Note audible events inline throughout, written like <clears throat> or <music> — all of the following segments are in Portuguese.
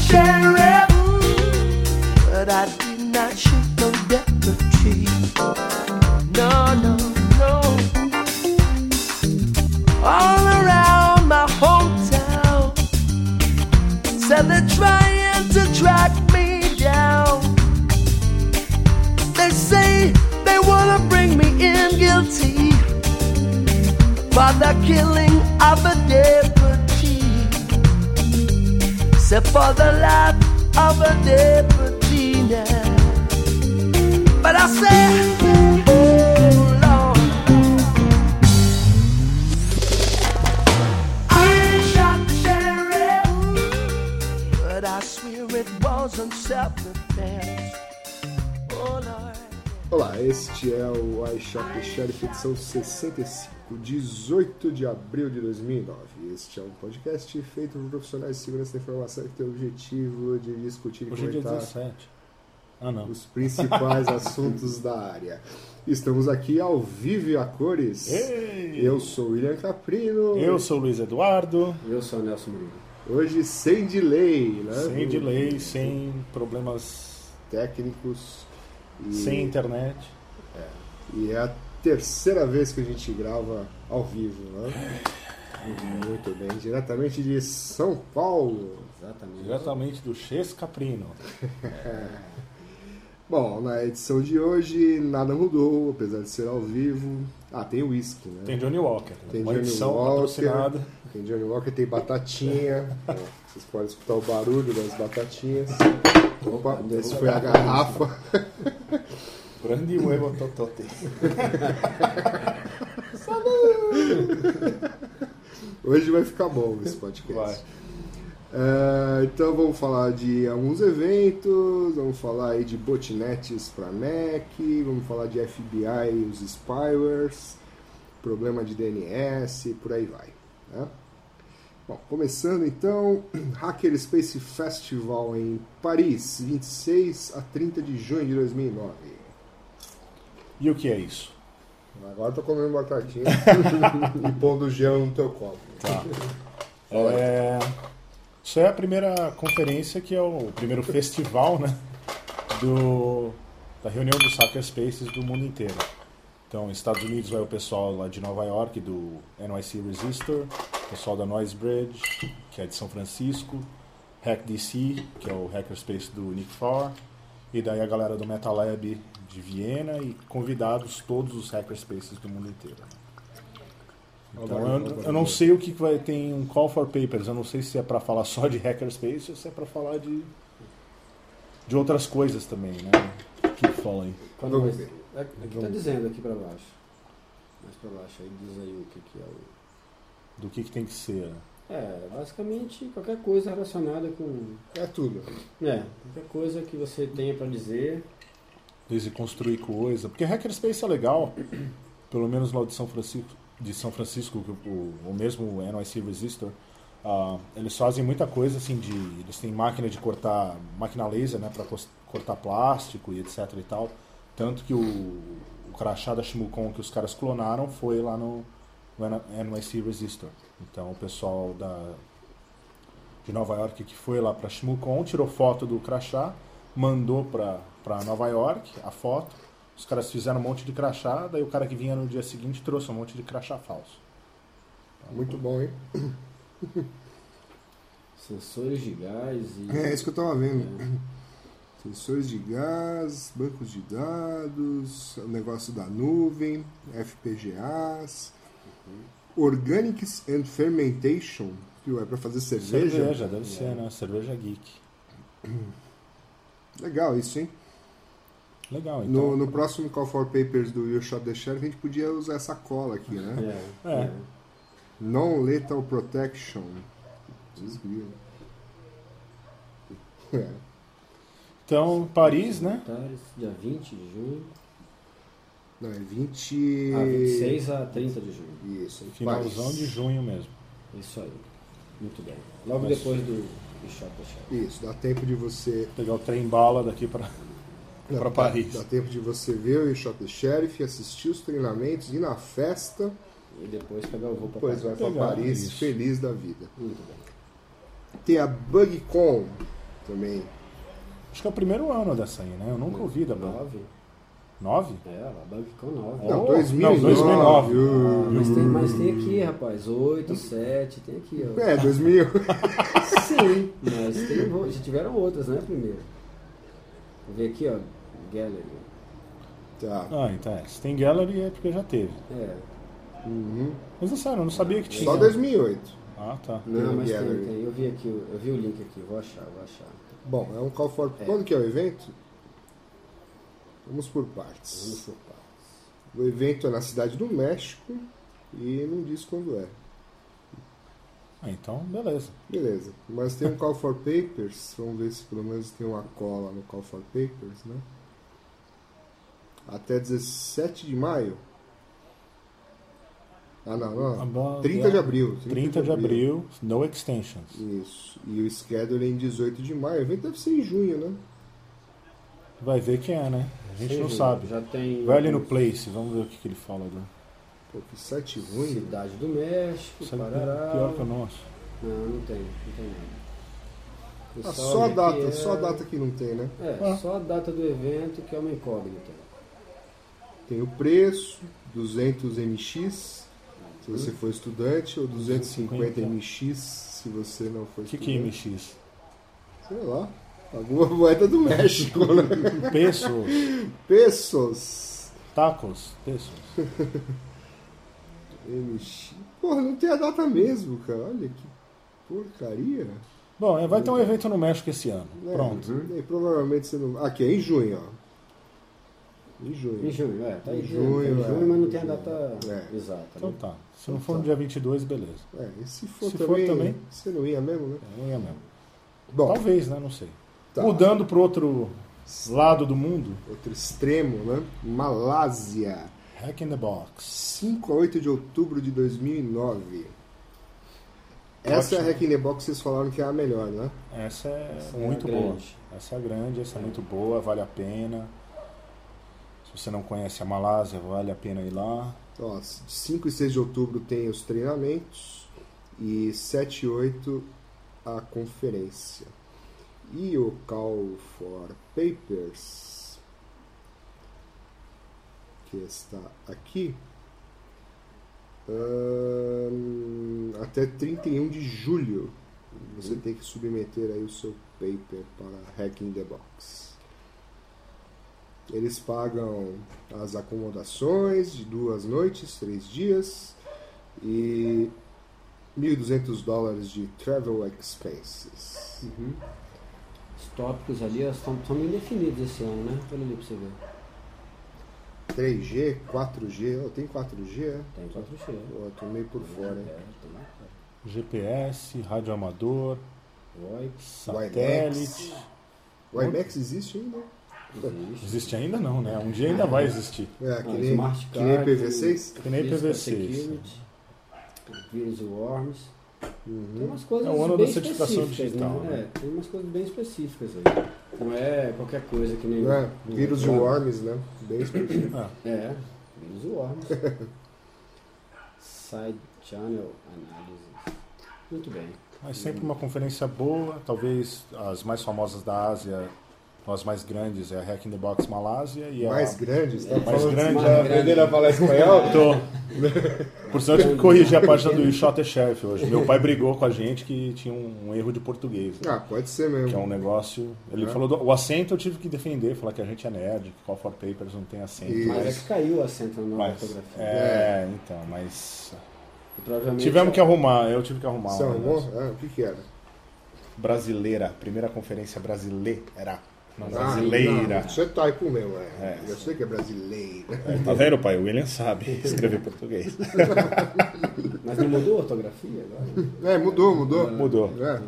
sheriff, but I did not shoot no deputy. No, no, no. All around my hometown, said they're trying to track me down. They say they wanna bring me in guilty for the killing of a deputy. Except for the life of a deputy now. But I say, oh Lord, I shot the sheriff, but I swear it wasn't self-defense. Oh Lord. Olá, este é o iShop Sheriff edição 65, 18 de abril de 2009. Este é um podcast feito por profissionais de segurança da informação que tem o objetivo de discutir e Hoje é dia comentar 17. Ah, não. os <laughs> principais assuntos da área. Estamos aqui ao vivo e a cores. Ei! Eu sou o William Caprino. Eu sou o Luiz Eduardo, Eu sou o Nelson Murilo. Hoje sem delay, né? sem delay, sem problemas, Técnicos. E, sem internet. E é a terceira vez que a gente grava ao vivo, né? Muito bem, diretamente de São Paulo. Exatamente. Diretamente do Ches Caprino. Bom, na edição de hoje nada mudou, apesar de ser ao vivo. Ah, tem whisky, né? Tem Johnny Walker. Tem uma Johnny edição Walker. <laughs> patrocinada. Tem Johnny Walker, tem batatinha. Ó, Vocês podem escutar o barulho das batatinhas. Opa, essa foi a garrafa. Grande huevo totote. Hoje vai ficar bom esse podcast. Vai. É, então vamos falar de alguns eventos, vamos falar aí de botnets para Mac, vamos falar de FBI e os spywares, problema de DNS, por aí vai. né? Bom, começando então, <clears throat> Hacker Space Festival em Paris, 26 a 30 de junho de 2009. E o que é isso? Agora eu tô comendo batatinha <laughs> e pondo gelo no teu copo. Tá. É, Isso é a primeira conferência que é o primeiro festival, né? Do, da reunião dos hackerspaces do mundo inteiro. Então, Estados Unidos vai o pessoal lá de Nova York, do NYC Resistor, o pessoal da Noise Bridge, que é de São Francisco, HackDC, que é o hackerspace do Nick Farr, e daí a galera do MetaLab de Viena e convidados todos os hackerspaces do mundo inteiro. Então, eu, eu não sei o que que vai tem um call for papers. Eu não sei se é para falar só de hackerspace ou se é para falar de de outras coisas também, né? Que fala aí. Quando Vamos mais... ver. É, é que tá dizendo aqui pra baixo. Mais pra baixo, aí diz aí o que, que é o. Do que, que tem que ser. né? É, basicamente qualquer coisa relacionada com. É tudo. É, qualquer coisa que você tenha pra dizer. Desde construir coisa. Porque hackerspace é legal. Pelo menos lá de São Francisco, de São Francisco que o, o mesmo NYC Resistor. ah, eles fazem muita coisa assim de. Eles têm máquina de cortar. máquina laser, né? Pra cos- cortar plástico e etc e tal. Tanto que o, o crachá da Shimukon que os caras clonaram foi lá no, no NYC Resistor. Então o pessoal da, de Nova York que foi lá para Shmukon, tirou foto do crachá, mandou para Nova York a foto. Os caras fizeram um monte de crachá, daí o cara que vinha no dia seguinte trouxe um monte de crachá falso. Muito bom, hein? Sensores de gás e. né, É isso que eu tava vendo. Sensores de gás, bancos de dados, o negócio da nuvem, FPGAs, Organics and Fermentation, que é para fazer cerveja. É. deve ser, né? Cerveja geek. Legal isso, hein? Legal, No, então. no próximo Call for Papers do You Shot the Sheriff, a gente podia usar essa cola aqui, né? É, É. é. Non-Lethal Protection. Desgrila. É. Então, Paris, né? Militares, Dia 20 de junho. Não, é 20... Ah, 26 a 30 de junho. É Isso, Finalzão de junho mesmo. Isso aí. Muito bem. Logo Mas- depois do, do Shop da Shop. Isso, dá tempo de você. Pegar o trem bala daqui para dá- Pra Paris. Dá tempo de você ver o Shot the Sheriff, assistir os treinamentos, ir na festa, E depois pegar o voo pra depois vai Paris. pra Legal, Paris isso. feliz da vida. Muito bem. Tem a BugCon, também. Acho que é o primeiro ano dessa aí, né? Eu nunca ouvi da banda. 9? Nove? É, ela bancou 9. Não, Oh, 2009. não, 2009. Uh, Mas Hum. tem, mas tem aqui, rapaz. 8, 7, tem aqui, ó. É, 2000. Sim, mas tem, já tiveram outras, né? Primeiro. Vou ver aqui, ó. Gallery. tá. Ah, então é. Se tem Gallery é porque já teve. É. Uhum. Mas é sério, eu não sabia que tinha. Só 2008. Ah, tá. Não, mas Gallery. tem, tem. Eu vi aqui, o- eu vi o link aqui, vou achar, vou achar. Bom, é um call for. É. Quando que é o evento? Vamos por Vamos partes. por partes. O evento é na cidade do México e não diz quando é. Ah, então, beleza. Beleza. Mas tem um Call for Papers. Vamos ver se pelo menos tem uma cola no Call for Papers, né? Até 17 de maio. Ah, não, A não. banda- 30 de abril. 30 de abril, no extensions. Isso. E o schedule é em 18 de maio. O evento deve ser em junho, né? Vai ver quem é, né? A gente Sim, não sabe. Já tem. Vai ali no Place, vamos ver o que, que ele fala. Do... Pô, que site ruim. Cidade do México, Sabe que é Parará. pior que o nosso. Não, não tem, não tem nada. Eu Ah, só só a olhei data, que é- só a data que não tem, né? É, Ah. só a data do evento que é uma incógnita. Tem o preço, 200 MX, se Hum? você for estudante, ou 250 MX, se você não for O que, estudante. que é MX? Sei lá. Alguma <laughs> moeda do México, né? <laughs> Pesos, Pesos. tacos, pesos. MX. Porra, não tem a data mesmo, cara. Olha que porcaria. Bom, é, vai ter um evento no México esse ano. É. Né? Pronto. E provavelmente você não. Aqui, é em junho, ó. Em junho. Em junho, é, tá Em em junho, junho, tá em é. junho mas não tem a Junho. data É. exata. Então Né? tá. Se não for no dia 22, beleza. É, e se for, Se for também, também- Você não ia mesmo, né? É, não ia mesmo. Bom, Talvez, né? Não sei. tá. Mudando pro outro lado do mundo, Outro extremo, né? Malásia. Hack in the Box. 5 a 8 de outubro de 2009. Essa é a Ótimo. Hack in the Box, vocês falaram que é a melhor, né? Essa é Essa é muito a boa. grande. Essa é grande, essa é muito boa, vale a pena. Se você não conhece a Malásia, vale a pena ir lá. Então, Ó, 5 e 6 de outubro tem os treinamentos e 7 e 8 a conferência. E o Call for Papers, que está aqui, ahn, até 31 de julho você tem que submeter aí o seu paper para Hacking the Box. Eles pagam as acomodações de duas noites, três dias e 1.200 dólares de travel expenses. Uhum. Os tópicos ali estão meio definidos esse ano, né? Olha ali pra você ver. 3G, 4G, oh, tem 4G? é? Tem 4G. Pô, eu tô meio por fora, hein? É, tem. GPS, rádio amador, Oi, satélite. O IMAX existe ainda? existe. Existe ainda não, né? Um dia ainda vai existir. É, que Ah, nem, Smart que nem Card, PV6? Que nem Physical PV6, Security, Vírus e Worms. Hum. Tem Uhum. umas coisas É o ano bem da certificação específicas, digital, Né? né? É, tem umas coisas bem específicas aí. Não é qualquer coisa que Uhum. nem. Né? Vírus de worms, né? Bem específico. É, vírus e Worms. <laughs> Side Channel Analysis. Muito bem. Mas sempre uma conferência boa, talvez as mais famosas da Ásia, as mais grandes, é a Hack in the Box Malásia e a. Mais grandes, tá? Mais falando grande, de- é. aprendendo a falar <laughs> espanhol? Tô. Por sinal, eu tive que corrigir a página do Shot Chef hoje. Meu pai brigou com a gente que tinha um, um erro de português. né? Ah, pode ser mesmo. Que é um negócio. Ele É. falou do, o acento, eu tive que defender, falar que a gente é nerd, que Call for Papers não tem acento. Isso. Mas é Mas, que caiu o acento na mas- fotografia. é, então, mas. Provavelmente Tivemos que arrumar, eu tive que arrumar Você uma. arrumou? né? Ah, o que que era? Brasileira, primeira conferência brasileira. Não, Ah, brasileira. não, Isso é taipo mesmo, é. É. Eu sei que é brasileira. É, tá vendo, pai? O William sabe <laughs> escrever português. Mas não mudou a ortografia agora? É, mudou, mudou. Mudou. É.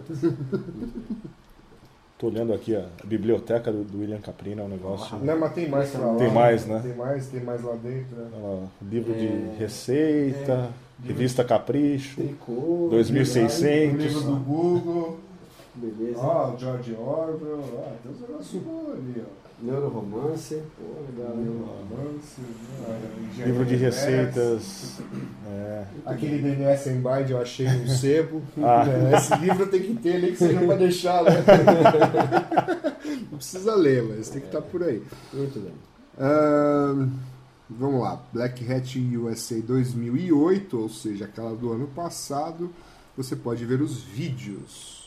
Tô olhando aqui ó, a biblioteca do, do William Caprina, é um negócio. Não, mas tem mais pra lá. Tem mais, né? Tem mais, tem mais lá dentro, né? Olha lá, livro É. de receita, revista Capricho, <laughs> Tricô. 2600. Livro do Google. né? Beleza. Ó, George Orwell, ó, tem uns negócios bons ali, ó. Neuroromance. Pô, legal. Meu romance, né? Livro de Engenharia receitas. É. Aquele BNS em Bind eu achei um sebo. <laughs> Ah. Né? Esse livro tem que ter ali que você não vai deixar, <laughs> né? Não precisa ler, mas tem que estar por aí. Muito bem. Ahn, vamos lá. Black Hat USA 2008, ou seja, aquela do ano passado. Você pode ver os vídeos.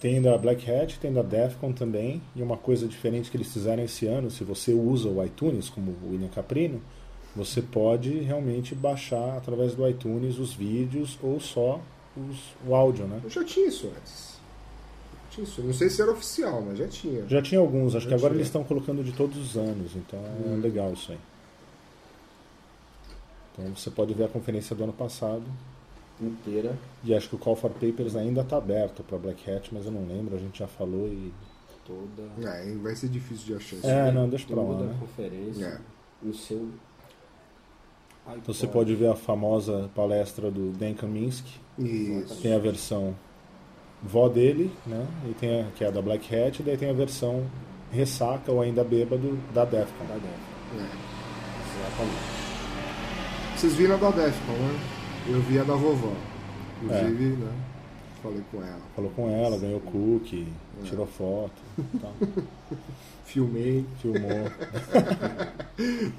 Tem da Black Hat, tem da Defcon também. E uma coisa diferente que eles fizeram esse ano, se você usa o iTunes, como o William Caprino, você pode realmente baixar através do iTunes os vídeos ou só os- o áudio, né? Eu já tinha isso antes. Já tinha isso. Não sei se era oficial, mas já tinha. Já tinha alguns, acho que Já tinha. agora Uhum. eles estão colocando de todos os anos, então é legal isso aí. Então você pode ver a conferência do ano passado. Inteira. E acho que o Call for Papers ainda está aberto para Black Hat, mas eu não lembro, a gente já falou e. Toda. É, vai ser difícil de achar isso. É, não, deixa pra lá, Toda a né? conferência. É. No seu. Então você pode ver a famosa palestra do Dan Kaminsky, Isso. tem a versão vó dele, né? E tem a, que é a da Black Hat, e daí tem a versão ressaca ou ainda bêbado da Defcon. Da Defcon. É. Exatamente. Vocês viram a da Defcon, né? Eu vi a da vovó. Inclusive, né? Falei com ela. Falou com ela, ganhou cookie, tirou foto, tal, Filmei. filmou.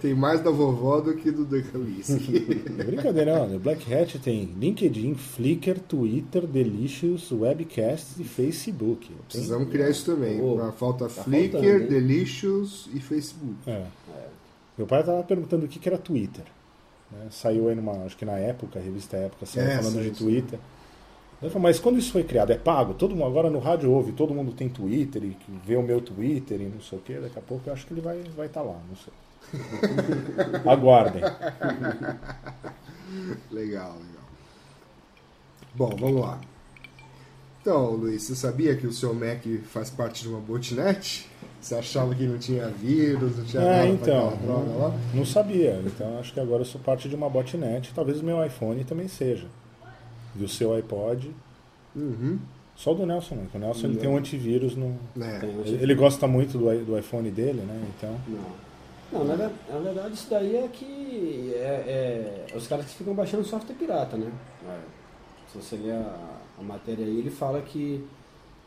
Tem mais da vovó do que do The Kaminsky. É brincadeira, mano. O Black Hat tem LinkedIn, Flickr, Twitter, Delicious, Webcast e Facebook. Tem- Precisamos criar isso também. Pô, Pra- falta tá Flickr, faltando, hein? Delicious e Facebook. É. Meu pai tava perguntando o que, que era Twitter. né? Saiu aí numa, acho que na época, a revista Época, saiu É, falando saiu de isso. Twitter. Eu falei, mas quando isso foi criado? É pago? Todo mundo, agora no rádio ouve, todo mundo tem Twitter e que vê o meu Twitter e não sei o que. Daqui a pouco eu acho que ele vai estar vai tá lá, não sei. Aguardem. Legal, legal. Bom, vamos lá. Então, Luiz, você sabia que o seu Mac faz parte de uma botnet? Você achava que não tinha vírus, não tinha É, nada então. pra aquela droga lá? Não sabia, então acho que agora eu sou parte de uma botnet, talvez o meu iPhone também seja. E o seu iPod. Uhum. Só o do Nelson, né? que O Nelson ele tem um antivírus no. É. Tem- Ele, ele gosta muito do, i- do iPhone dele, né? Então. Não. Não, na, ver- na verdade isso daí é que é, é- é os caras que ficam baixando software pirata, né? Se você ler a, a matéria aí, ele fala que,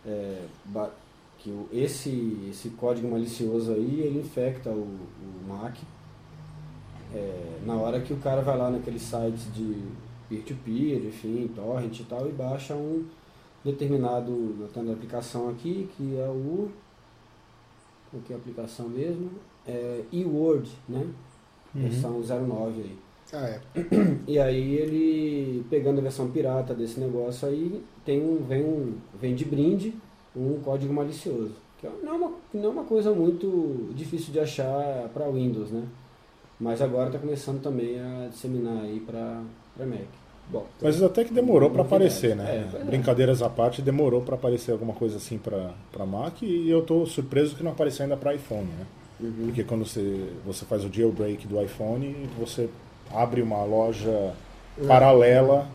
é, ba- que o- esse, esse código malicioso aí, ele infecta o, o Mac é, na hora que o cara vai lá naqueles sites de peer-to-peer, enfim, torrent e tal, e baixa um determinado, eu tenho a aplicação aqui, que é o o que é a aplicação mesmo, é eWord, né? Versão 09 aí. Ah, é. E aí ele, pegando a versão pirata desse negócio aí, tem um, vem, um, vem de brinde um código malicioso. Que não é uma, não é uma coisa muito difícil de achar para Windows, né? Mas agora está começando também a disseminar aí para Mac. Bom, Mas até que demorou pra Novidade. aparecer, É, né? pois é. Brincadeiras à parte, demorou pra aparecer alguma coisa assim pra pra Mac e eu tô surpreso que não apareceu ainda pra iPhone, né? uhum. Porque quando você, você faz o jailbreak do iPhone, você abre uma loja paralela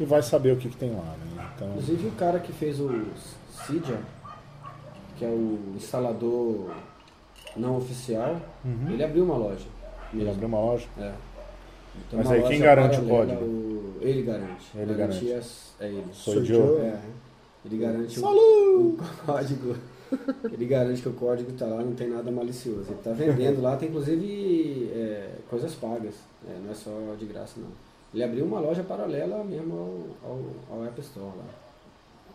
e vai saber o que, que tem lá, né? Então, Inclusive o cara que fez o Cydia, que é o instalador não oficial, ele abriu uma loja. ele abre uma loja. É. Então, Mas uma aí quem loja garante o paralela, código? o- Ele garante. Ele Garantia garante. É ele. Sou, Sou Joe. Joe. É. Ele garante o, o <laughs> código. Ele garante que o código tá lá, não tem nada malicioso. Ele tá vendendo lá, tem inclusive é, coisas pagas. É, não é só de graça, não. Ele abriu uma loja paralela mesmo ao, ao, ao App Store lá.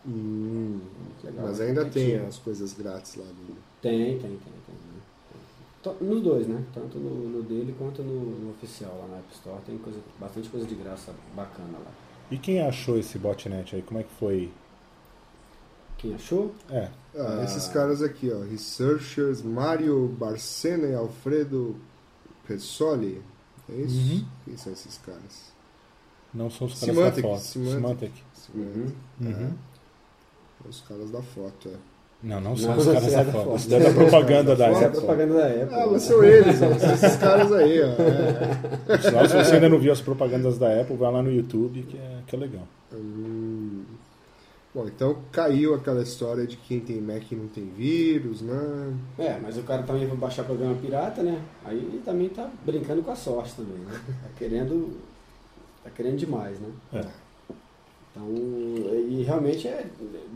Hum, Muito legal. mas ainda É tem que- as coisas grátis lá. No... Tem, tem, tem, tem. To- Nos dois, né? Tanto no, no dele quanto no, no oficial lá na App Store. Tem coisa, bastante coisa de graça bacana lá. E quem achou esse botnet aí? Como é que foi? Quem achou? É, Ah, Ah. Esses caras aqui, ó. Researchers Mário Barcena e Alfredo Pessoli. É isso? Quem são esses caras? não são os caras da Symantec, foto. Symantec. Symantec. Uhum. Uhum. É Os caras da foto, é. Não, não são Não, os você caras da é da foto. foto. Isso daí é da propaganda da Essa é a Apple. propaganda da Apple. Ah, mas são eles, ó. São esses caras aí, ó. É. Sinal, se é você ainda não viu as propagandas da Apple, vai lá no YouTube que é, que é legal. Hum. Bom, então caiu aquela história de quem tem Mac não tem vírus, né? É, mas o cara também vai baixar programa pirata, né? Aí ele também tá brincando com a sorte também, né? Tá querendo. Tá querendo demais, né? É. Então, e realmente é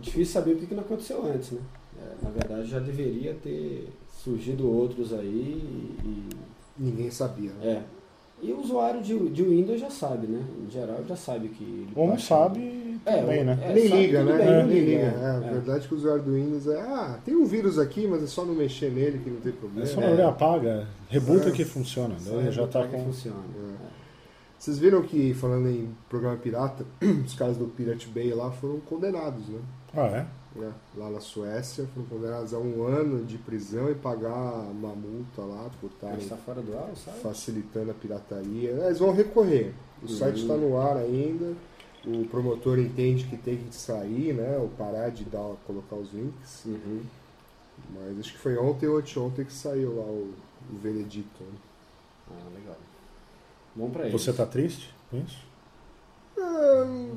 difícil saber o que que não aconteceu antes, né? É, na verdade já deveria ter surgido outros aí e. Ninguém sabia. e- né? É. E o usuário de, de Windows já sabe, né? Em geral já sabe que ele Ou não baixa- sabe É, também, ou- né? é. nem sabe liga, tudo né? bem, nem né? liga. É, É, a é. verdade é que o usuário do Windows é, ah, tem um vírus aqui, mas é só não mexer nele que não tem É problema. só É. ele apaga, rebuta É. que funciona. Só Daí já tá que com. funciona. É, Vocês viram que, falando em programa pirata, <clears throat> os caras do Pirate Bay lá foram condenados, né? Ah, é? né? Lá na Suécia, foram condenados a um ano de prisão e pagar uma multa lá por tá estarem Ele está fora do ar, sabe? facilitando a pirataria. É, Eles vão recorrer. O site está no ar ainda. O promotor entende que tem que sair, né? Ou parar de dar, colocar os links. Uhum. Mas acho que foi ontem ou anteontem que saiu lá o, o veredito. né? Ah, legal. Bom pra eles. Você tá triste com isso? Ah,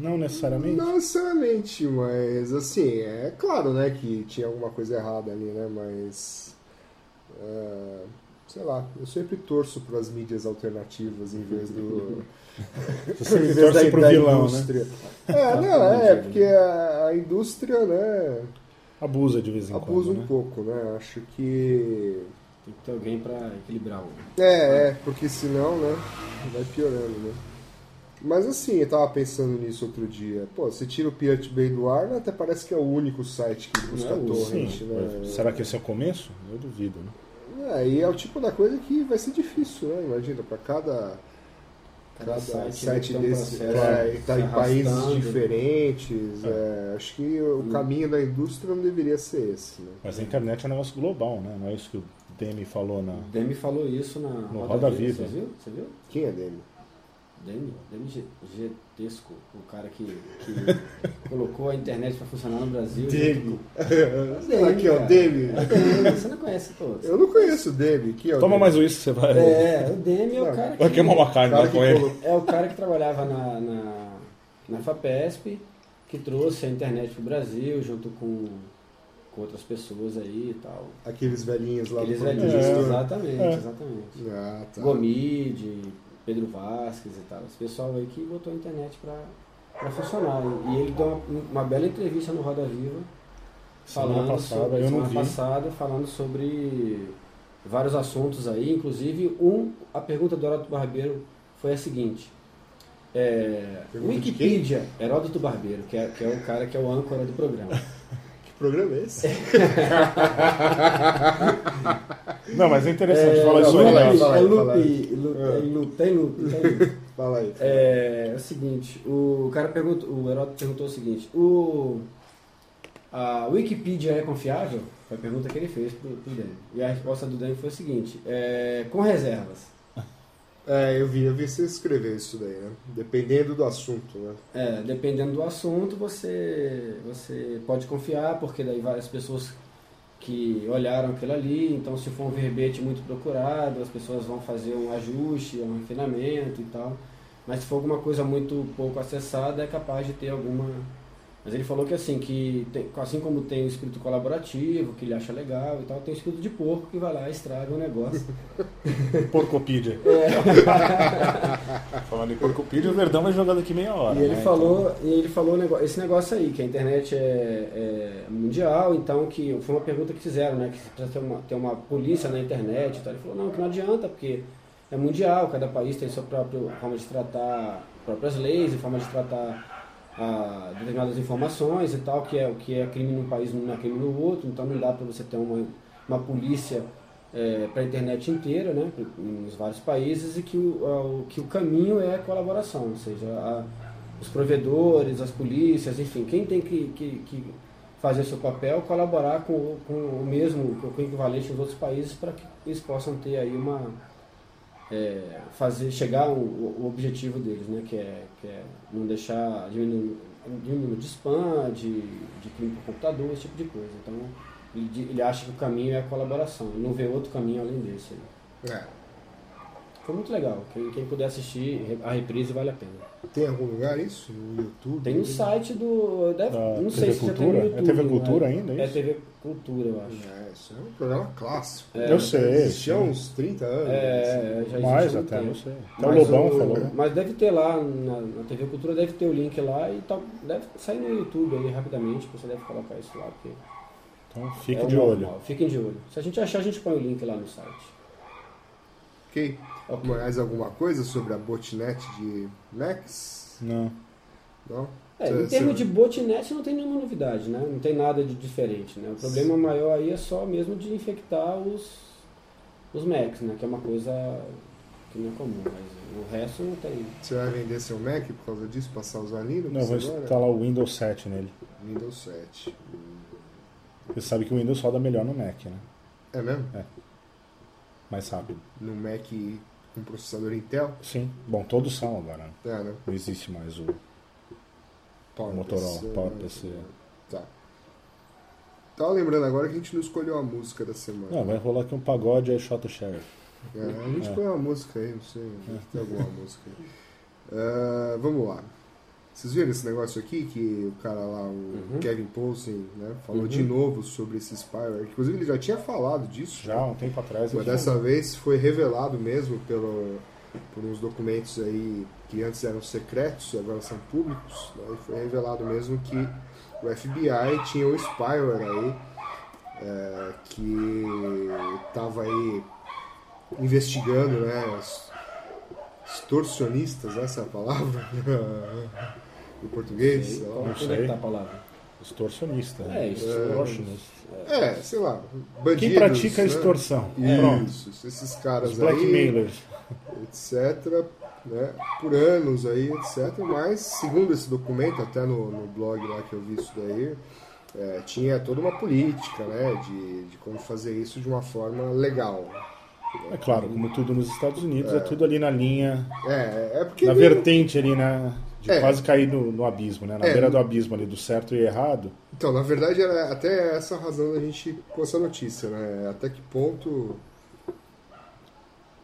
Não necessariamente? Não necessariamente, mas assim, é claro, né, que tinha alguma coisa errada ali, né, mas ah, sei lá, eu sempre torço para as mídias alternativas em vez do <laughs> <laughs> Você torce pro vilão, né? <laughs> indústria. É, não, é, porque a, a indústria, né, Abusa de vez em abusa quando. um né? pouco, né? Acho que Tem que ter alguém pra equilibrar o. É, é, porque senão, né, vai piorando, né? Mas assim, eu tava pensando nisso outro dia. Pô, você tira o Pirate Bay do ar, né, até parece que é o único site que busca É, o- torrent, Sim, né? mas será que esse é o começo? Eu duvido, né? É, e é o tipo da coisa que vai ser difícil, né? Imagina, pra cada, Cada cada site, site, né, tem um desse, processo é, se e tá em países arrastando. diferentes. é, acho que o Hum. caminho da indústria não deveria ser esse, né? Mas a internet é um negócio global, né? Não é isso que o Demi falou na. O Demi falou isso na Ah. No Roda Viva. Você viu? Você viu? Quem é <laughs> dele? Demi, Demi Ge- Getesco, o cara que, que <laughs> colocou a internet pra funcionar no Brasil. Demi. Demi, Aqui, ó, cara. Demi. É o Demi, você não conhece todos. Eu não conheço o Demi. Quem é o Toma Demi? mais um isso que você vai. É, o Demi é o Não, cara <laughs> que. Vai queimar uma carne Cara lá que com ele. colocou- É o cara que trabalhava na, na, na FAPESP, que trouxe a internet pro Brasil junto com, com outras pessoas aí e tal. Aqueles velhinhos lá Eles do velhinhos, É. exatamente, É. exatamente. Ah, tá. Gomide, Pedro Vasquez e tal. Esse pessoal aí que botou a internet pra, pra funcionar. E ele deu uma, uma bela entrevista no Roda Viva Semana falando passada, sobre, eu não semana vi. passada, falando sobre vários assuntos aí, inclusive um, a pergunta do Heródoto Barbeiro foi a seguinte. É, Pergunta de quem? Wikipedia, Heródoto Barbeiro, que é, que é o cara que é o âncora <laughs> do programa. Que programa é esse? Não, mas é interessante É, falar não, isso. vai é lá, legal. isso. fala é aí, loop, fala aí. loop, É. é loop, tem loop, <laughs> tem loop. Fala aí. É, é o seguinte, o cara perguntou, o Heródoto perguntou o seguinte, o a Wikipedia é confiável? Foi a pergunta que ele fez pro, pro Dan. E a resposta do Dan foi o seguinte, é, com reservas. É, eu vi, eu vi você escrever isso daí, né? Dependendo do assunto, né? É, dependendo do assunto, você você pode confiar, porque daí várias pessoas que olharam aquilo ali, então se for um verbete muito procurado, as pessoas vão fazer um ajuste, um refinamento e tal. Mas se for alguma coisa muito pouco acessada, é capaz de ter alguma. Mas ele falou que assim, que tem- assim como tem o espírito colaborativo, que ele acha legal e tal, tem o espírito de porco que vai lá e estraga o negócio. né? É. Porcopídia. <laughs> Falando em porcopídia, o Verdão vai jogar daqui meia hora. E ele né? falou, e ele falou um negócio- esse negócio aí, que a internet é, é mundial, então que foi uma pergunta que fizeram, né? Que precisa ter uma, ter uma polícia na internet e tal. Ele falou, não, que não adianta, porque é mundial, cada país tem sua própria forma de tratar próprias leis e forma de tratar ah, determinadas informações e tal, que é o que é crime num país não é crime no outro, então não dá para você ter uma, uma polícia para a internet inteira, né, pro- nos vários países, e que o, a- o- que o caminho é a colaboração, ou seja, a- os provedores, as polícias, enfim, quem tem que, que, que fazer seu papel, colaborar com, o- com o mesmo, com o equivalente dos outros países para que eles possam ter aí uma... é, fazer, chegar ao, ao objetivo deles, né, que é, que é não deixar diminuir diminuir o número de spam, de, de crime por computador, esse tipo de coisa. Então, ele, di- ele acha que o caminho é a colaboração, ele não vê outro caminho além desse. aí. É. né? Foi muito legal. Quem, quem puder assistir a reprise vale a pena. Tem algum lugar isso? No YouTube? Tem o site do. Deve, Da TV não sei se já tem no Cultura? É YouTube, TV Cultura né? ainda, é É isso? TV Cultura, eu acho. É, isso é um programa clássico. Eu sei, Existia há sim. uns 30 anos. assim. É, já existe Então, Mais há um até, tempo. não sei. Até o Mas Lobão o- falou, né? Mas deve ter lá na, na TV Cultura, deve ter o link lá e tal. Deve sair no YouTube aí rapidamente, você deve colocar isso lá. Porque Então fique é o de normal. olho. Fiquem de olho. Se a gente achar, a gente põe o link lá no site. Ok. Ok. Mais alguma coisa sobre a botnet de Max? Não. Não? É, Cê- em cê- termos de botnet não tem nenhuma novidade, né? Não tem nada de diferente, né? O problema maior aí é só mesmo de infectar os, os Macs, né? Que é uma coisa que não é comum, mas o resto não tem. Você vai vender seu Mac por causa disso? Passar a usar Linux Não, vou agora? instalar o Windows 7 nele. Windows 7. Você sabe que o Windows roda melhor no Mac, né? É mesmo? Mais rápido. No Mac com processador Intel? Sim. Bom, todos são agora. né? É, né? Não existe mais o Power Motorola, PC, Power né? PC. Tá. Tava lembrando agora que a gente não escolheu a música da semana. Não, vai rolar aqui um pagode aí, Shot Sheriff. É, a gente põe uma música aí, não sei. Tem alguma música aí. Ah, vamos lá. Vocês viram esse negócio aqui que o cara lá, o Uhum. Kevin Poulsen, né, falou Uhum. de novo sobre esse spyware. Inclusive, ele já tinha falado disso. Já há um tempo atrás. eu Mas já- dessa vez foi revelado mesmo pelo, por uns documentos aí que antes eram secretos e agora são públicos. Né? E foi revelado mesmo que o FBI tinha um spyware aí é, que estava aí investigando né, os extorsionistas, essa é a palavra <laughs> em português. sei lá. Então, não onde é sei. que tá a palavra? Extorsionista. né? É, Extorsionist. É, sei lá, bandidos. Quem pratica né? extorsão? Pronto. Isso, esses caras Os aí. blackmailers. etc., né, por anos aí, etc. Mas, segundo esse documento, até no, no blog lá que eu vi isso daí, é, tinha toda uma política né, de, de como fazer isso de uma forma legal. É claro, como tudo nos Estados Unidos, é, tudo ali na linha, É, é porque. na ele- vertente ali, na, de É. quase cair no, no abismo, né? Na É. beira do abismo ali, do certo e errado. Então, na verdade, era até essa a razão da gente pôr essa notícia, né? Até que ponto.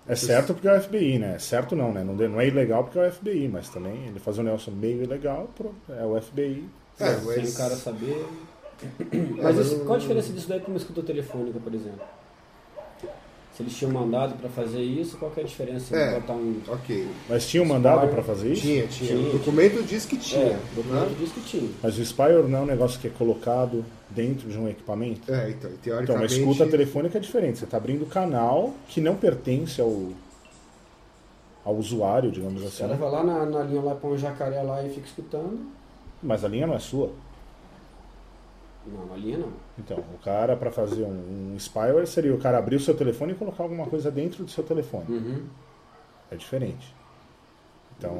É certo porque é o FBI, né? É certo não, né? Não, de- não é ilegal porque é o FBI, mas também ele faz um negócio meio ilegal, pronto, é o FBI. É, Sem mas, o <coughs> cara saber. é, Mas mas isso- não- qual a diferença disso daí para uma escuta telefônica, por exemplo? Se eles tinham mandado para fazer isso, qual que é a diferença? É. em Botar um... Ok. Mas tinha um mandado pra fazer isso? Tinha, tinha. Tinha. O documento diz que tinha. É, o né? documento diz que tinha. Mas o Spyware não é um negócio que é colocado dentro de um equipamento? É, então, e Então, uma teoricamente. escuta telefônica é diferente. Você está abrindo canal que não pertence ao, ao usuário, digamos O é assim. cara vai lá na, na linha lá, põe um jacaré lá e fica escutando. Mas a linha não é sua. Não, na linha não. Então, o cara, para fazer um, um spyware, seria o cara abrir o seu telefone e colocar alguma coisa dentro do seu telefone. Uhum. É diferente. Então,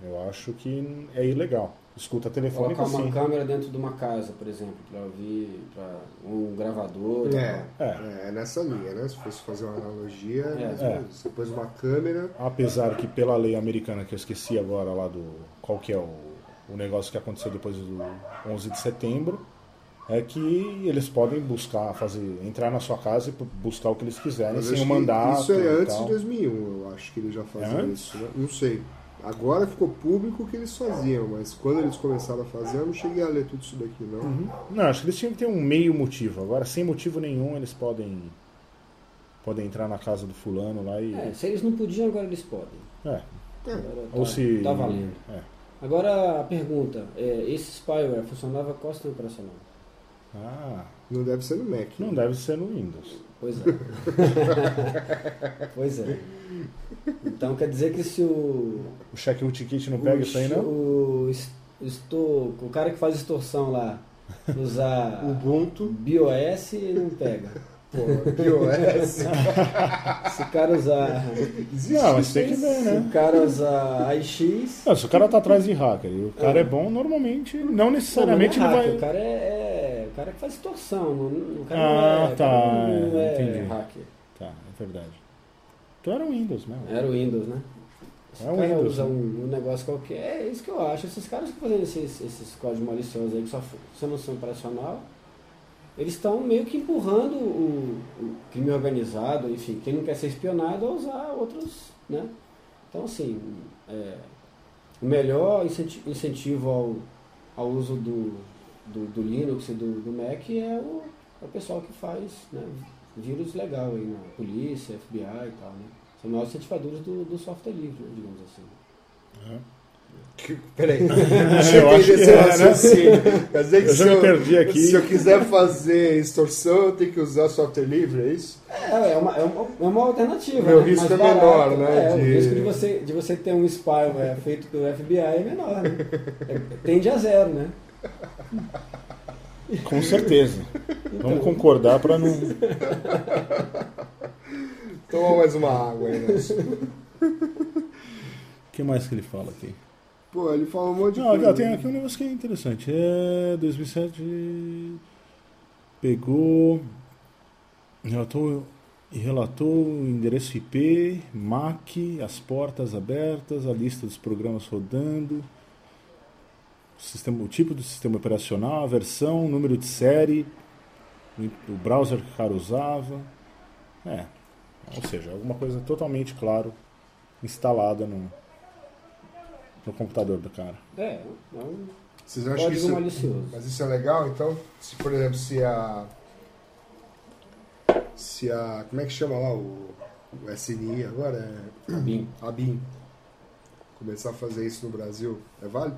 eu acho que é ilegal. Escuta telefônica, Colocar uma sim. câmera dentro de uma casa, por exemplo, para ouvir, pra um gravador. É, É. É, nessa linha, né? Se fosse fazer uma analogia, É. mais ou É. menos. depois uma câmera. Apesar que pela lei americana, que eu esqueci agora lá do... Qual que é o, o negócio que aconteceu depois do 11 de setembro, é que eles podem buscar, fazer, entrar na sua casa e buscar o que eles quiserem, Mas sem acho assim, o que mandato Isso é e antes tal. É de 2001, eu acho que eles já faziam antes? isso, né? Não sei. Agora ficou público o que eles faziam, mas quando eles começaram a fazer, eu não cheguei a ler tudo isso daqui, não. Não, acho que eles tinham que ter um meio motivo. Agora, sem motivo nenhum, eles podem podem entrar na casa do fulano lá e. É, se eles não podiam, agora eles podem. É, É, Agora tá, ou se. tá valendo. É. Agora a pergunta, é, esse spyware funcionava qual sistema operacional? Ah, não deve ser no Mac. não deve ser no Windows. Pois <laughs> é. pois é. Então quer dizer que se o. O cheque ticket não pega o, isso aí, não? O, es- estou, o cara que faz extorsão lá <laughs> usar Um Ubuntu, BIOS, não pega. pô, iOS. <laughs> Se o cara usar. Não, mas tem que ver, Se né? o cara usar AIX. Não, se o cara tá atrás de hacker e o cara é, bom, normalmente, não necessariamente não, ele não é vai. hacker, O cara é, é- O cara que faz extorsão. Não, o cara Ah, não é, tá, o cara não é, é entendi. hacker. Tá, é verdade. Então era o Windows mesmo. Era o Windows, né? É o o cara Windows. usa né? um, um negócio qualquer. É isso que eu acho. Esses caras que fazem esses, esses códigos maliciosos aí que só funcionam no sistema operacional. eles estão meio que empurrando o, o crime organizado, enfim, quem não quer ser espionado a usar outros, né? Então, assim, é, o melhor incenti- incentivo ao, ao uso do, do, do Linux e do, do Mac é o, é o pessoal que faz né, vírus legal aí na polícia, FBI e tal, né? São os maiores incentivadores do, do software livre, né, digamos assim. Que- <laughs> Peraí. eu acho que é, né? Quer dizer que Eu já se me perdi aqui. Se eu quiser fazer extorsão, eu tenho que usar software livre, é isso? É, é uma, é uma, é uma alternativa. Meu né? risco Mais é menor, barata. né, É, O de- risco de você, de você ter um spyware feito pelo FBI é <laughs> menor, né? É- tende a zero, né? Com <laughs> certeza. Vamos concordar para não. Toma mais uma água aí, né? <laughs> Nelson. O que mais que ele fala aqui? Pô, ele fala um monte de Não, coisa. eu tenho aqui um negócio que é interessante. É 2007 pegou relatou e relatou o endereço IP, MAC, as portas abertas, a lista dos programas rodando, o, sistema- o tipo do sistema operacional, a versão, o número de série, o browser que o cara usava. É, ou seja, alguma coisa totalmente claro instalada no, no computador do cara. É, é um Vocês acham que código isso... malicioso. Mas isso é legal, então? Se, por exemplo, se a... Se a... Como é que chama lá o, o SNI agora? É Bem, a BIM. Começar a fazer isso no Brasil, é válido?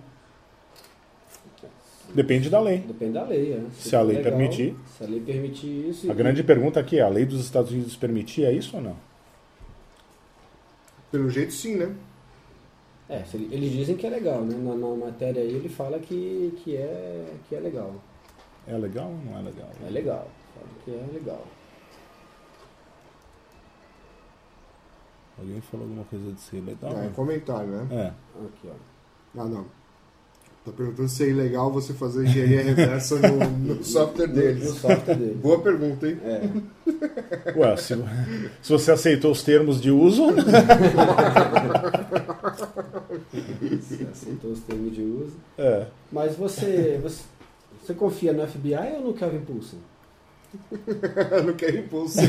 Depende da lei. Depende da lei, né? Se a lei legal, permitir. Se a lei permitir isso. A grande pergunta aqui é: a lei dos Estados Unidos permitia isso ou não? Pelo jeito, sim, né? É, se ele- eles dizem que é legal, né? Na, na matéria aí ele fala que, que, é, que é legal. É legal ou não é legal? É legal. Fala que é legal. Alguém falou alguma coisa de ser Tá legal? é comentário, né? É. Aqui, ó. Ah, não. Tá perguntando se é ilegal você fazer engenharia reversa no, no software No deles. software dele. <laughs> Boa pergunta, hein? É. Ué, se, <laughs> se você aceitou os termos de uso, né? Você aceitou os É, termos de uso. é. Mas você, <laughs> você, você confia no FBI ou no Kevin Poulsen? não quero <laughs> impulso.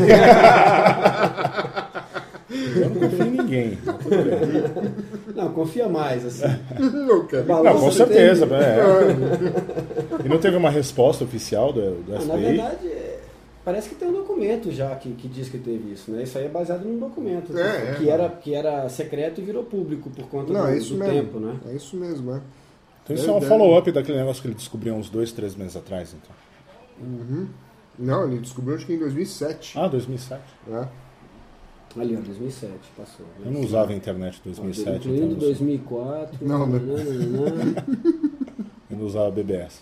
eu não confio em ninguém. mas tudo bem. Não, confia mais, assim. É, não quero. Balança Não, com do certeza. termo. é. <laughs> E não teve uma resposta oficial do, do Ah, na FBI? verdade, é, parece que tem um documento já que, que diz que teve isso, né? Isso aí é baseado num documento assim, É, que, é. era, que era secreto e virou público por conta Não, do, é isso do mesmo. tempo, né? É isso mesmo, é. Então isso é um Verdade. follow-up daquele negócio que ele descobriu uns dois, três meses atrás. Então. Não, ele descobriu acho que em 2007. Ah, 2007. né? Ali, ó, 2007, passou. né? Eu não usava a internet em 2007. então Incluindo não sei. 2004. assim. Não, né? nananana. então, Eu não usava BBS.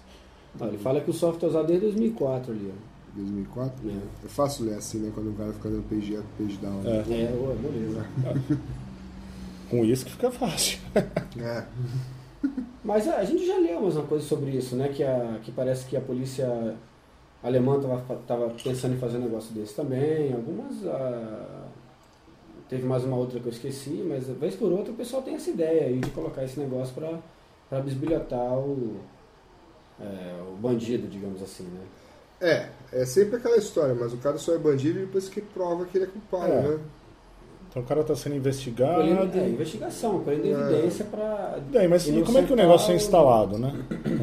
Ó, ele fala que o software é usado desde 2004 ali, ó. 2004. É. É fácil ler assim, né? Quando o cara fica dando page up, page down. né? É, ô, beleza. Com isso que fica fácil. É. Mas a, a gente já leu umas coisas sobre isso, né? Que, a, que parece que a polícia alemã estava pensando em fazer um negócio desse também. Algumas. ah, teve mais uma outra que eu esqueci, mas vez por outra o pessoal tem essa ideia aí de colocar esse negócio para para bisbilhotar o, é, o bandido, digamos assim, né? É, é sempre aquela história, mas o cara só é bandido depois que prova que ele é culpado, É. né? Então o cara tá sendo investigado. Colhendo, é, investigação, colhendo evidência para. Bem, mas e como é que o negócio é instalado, né?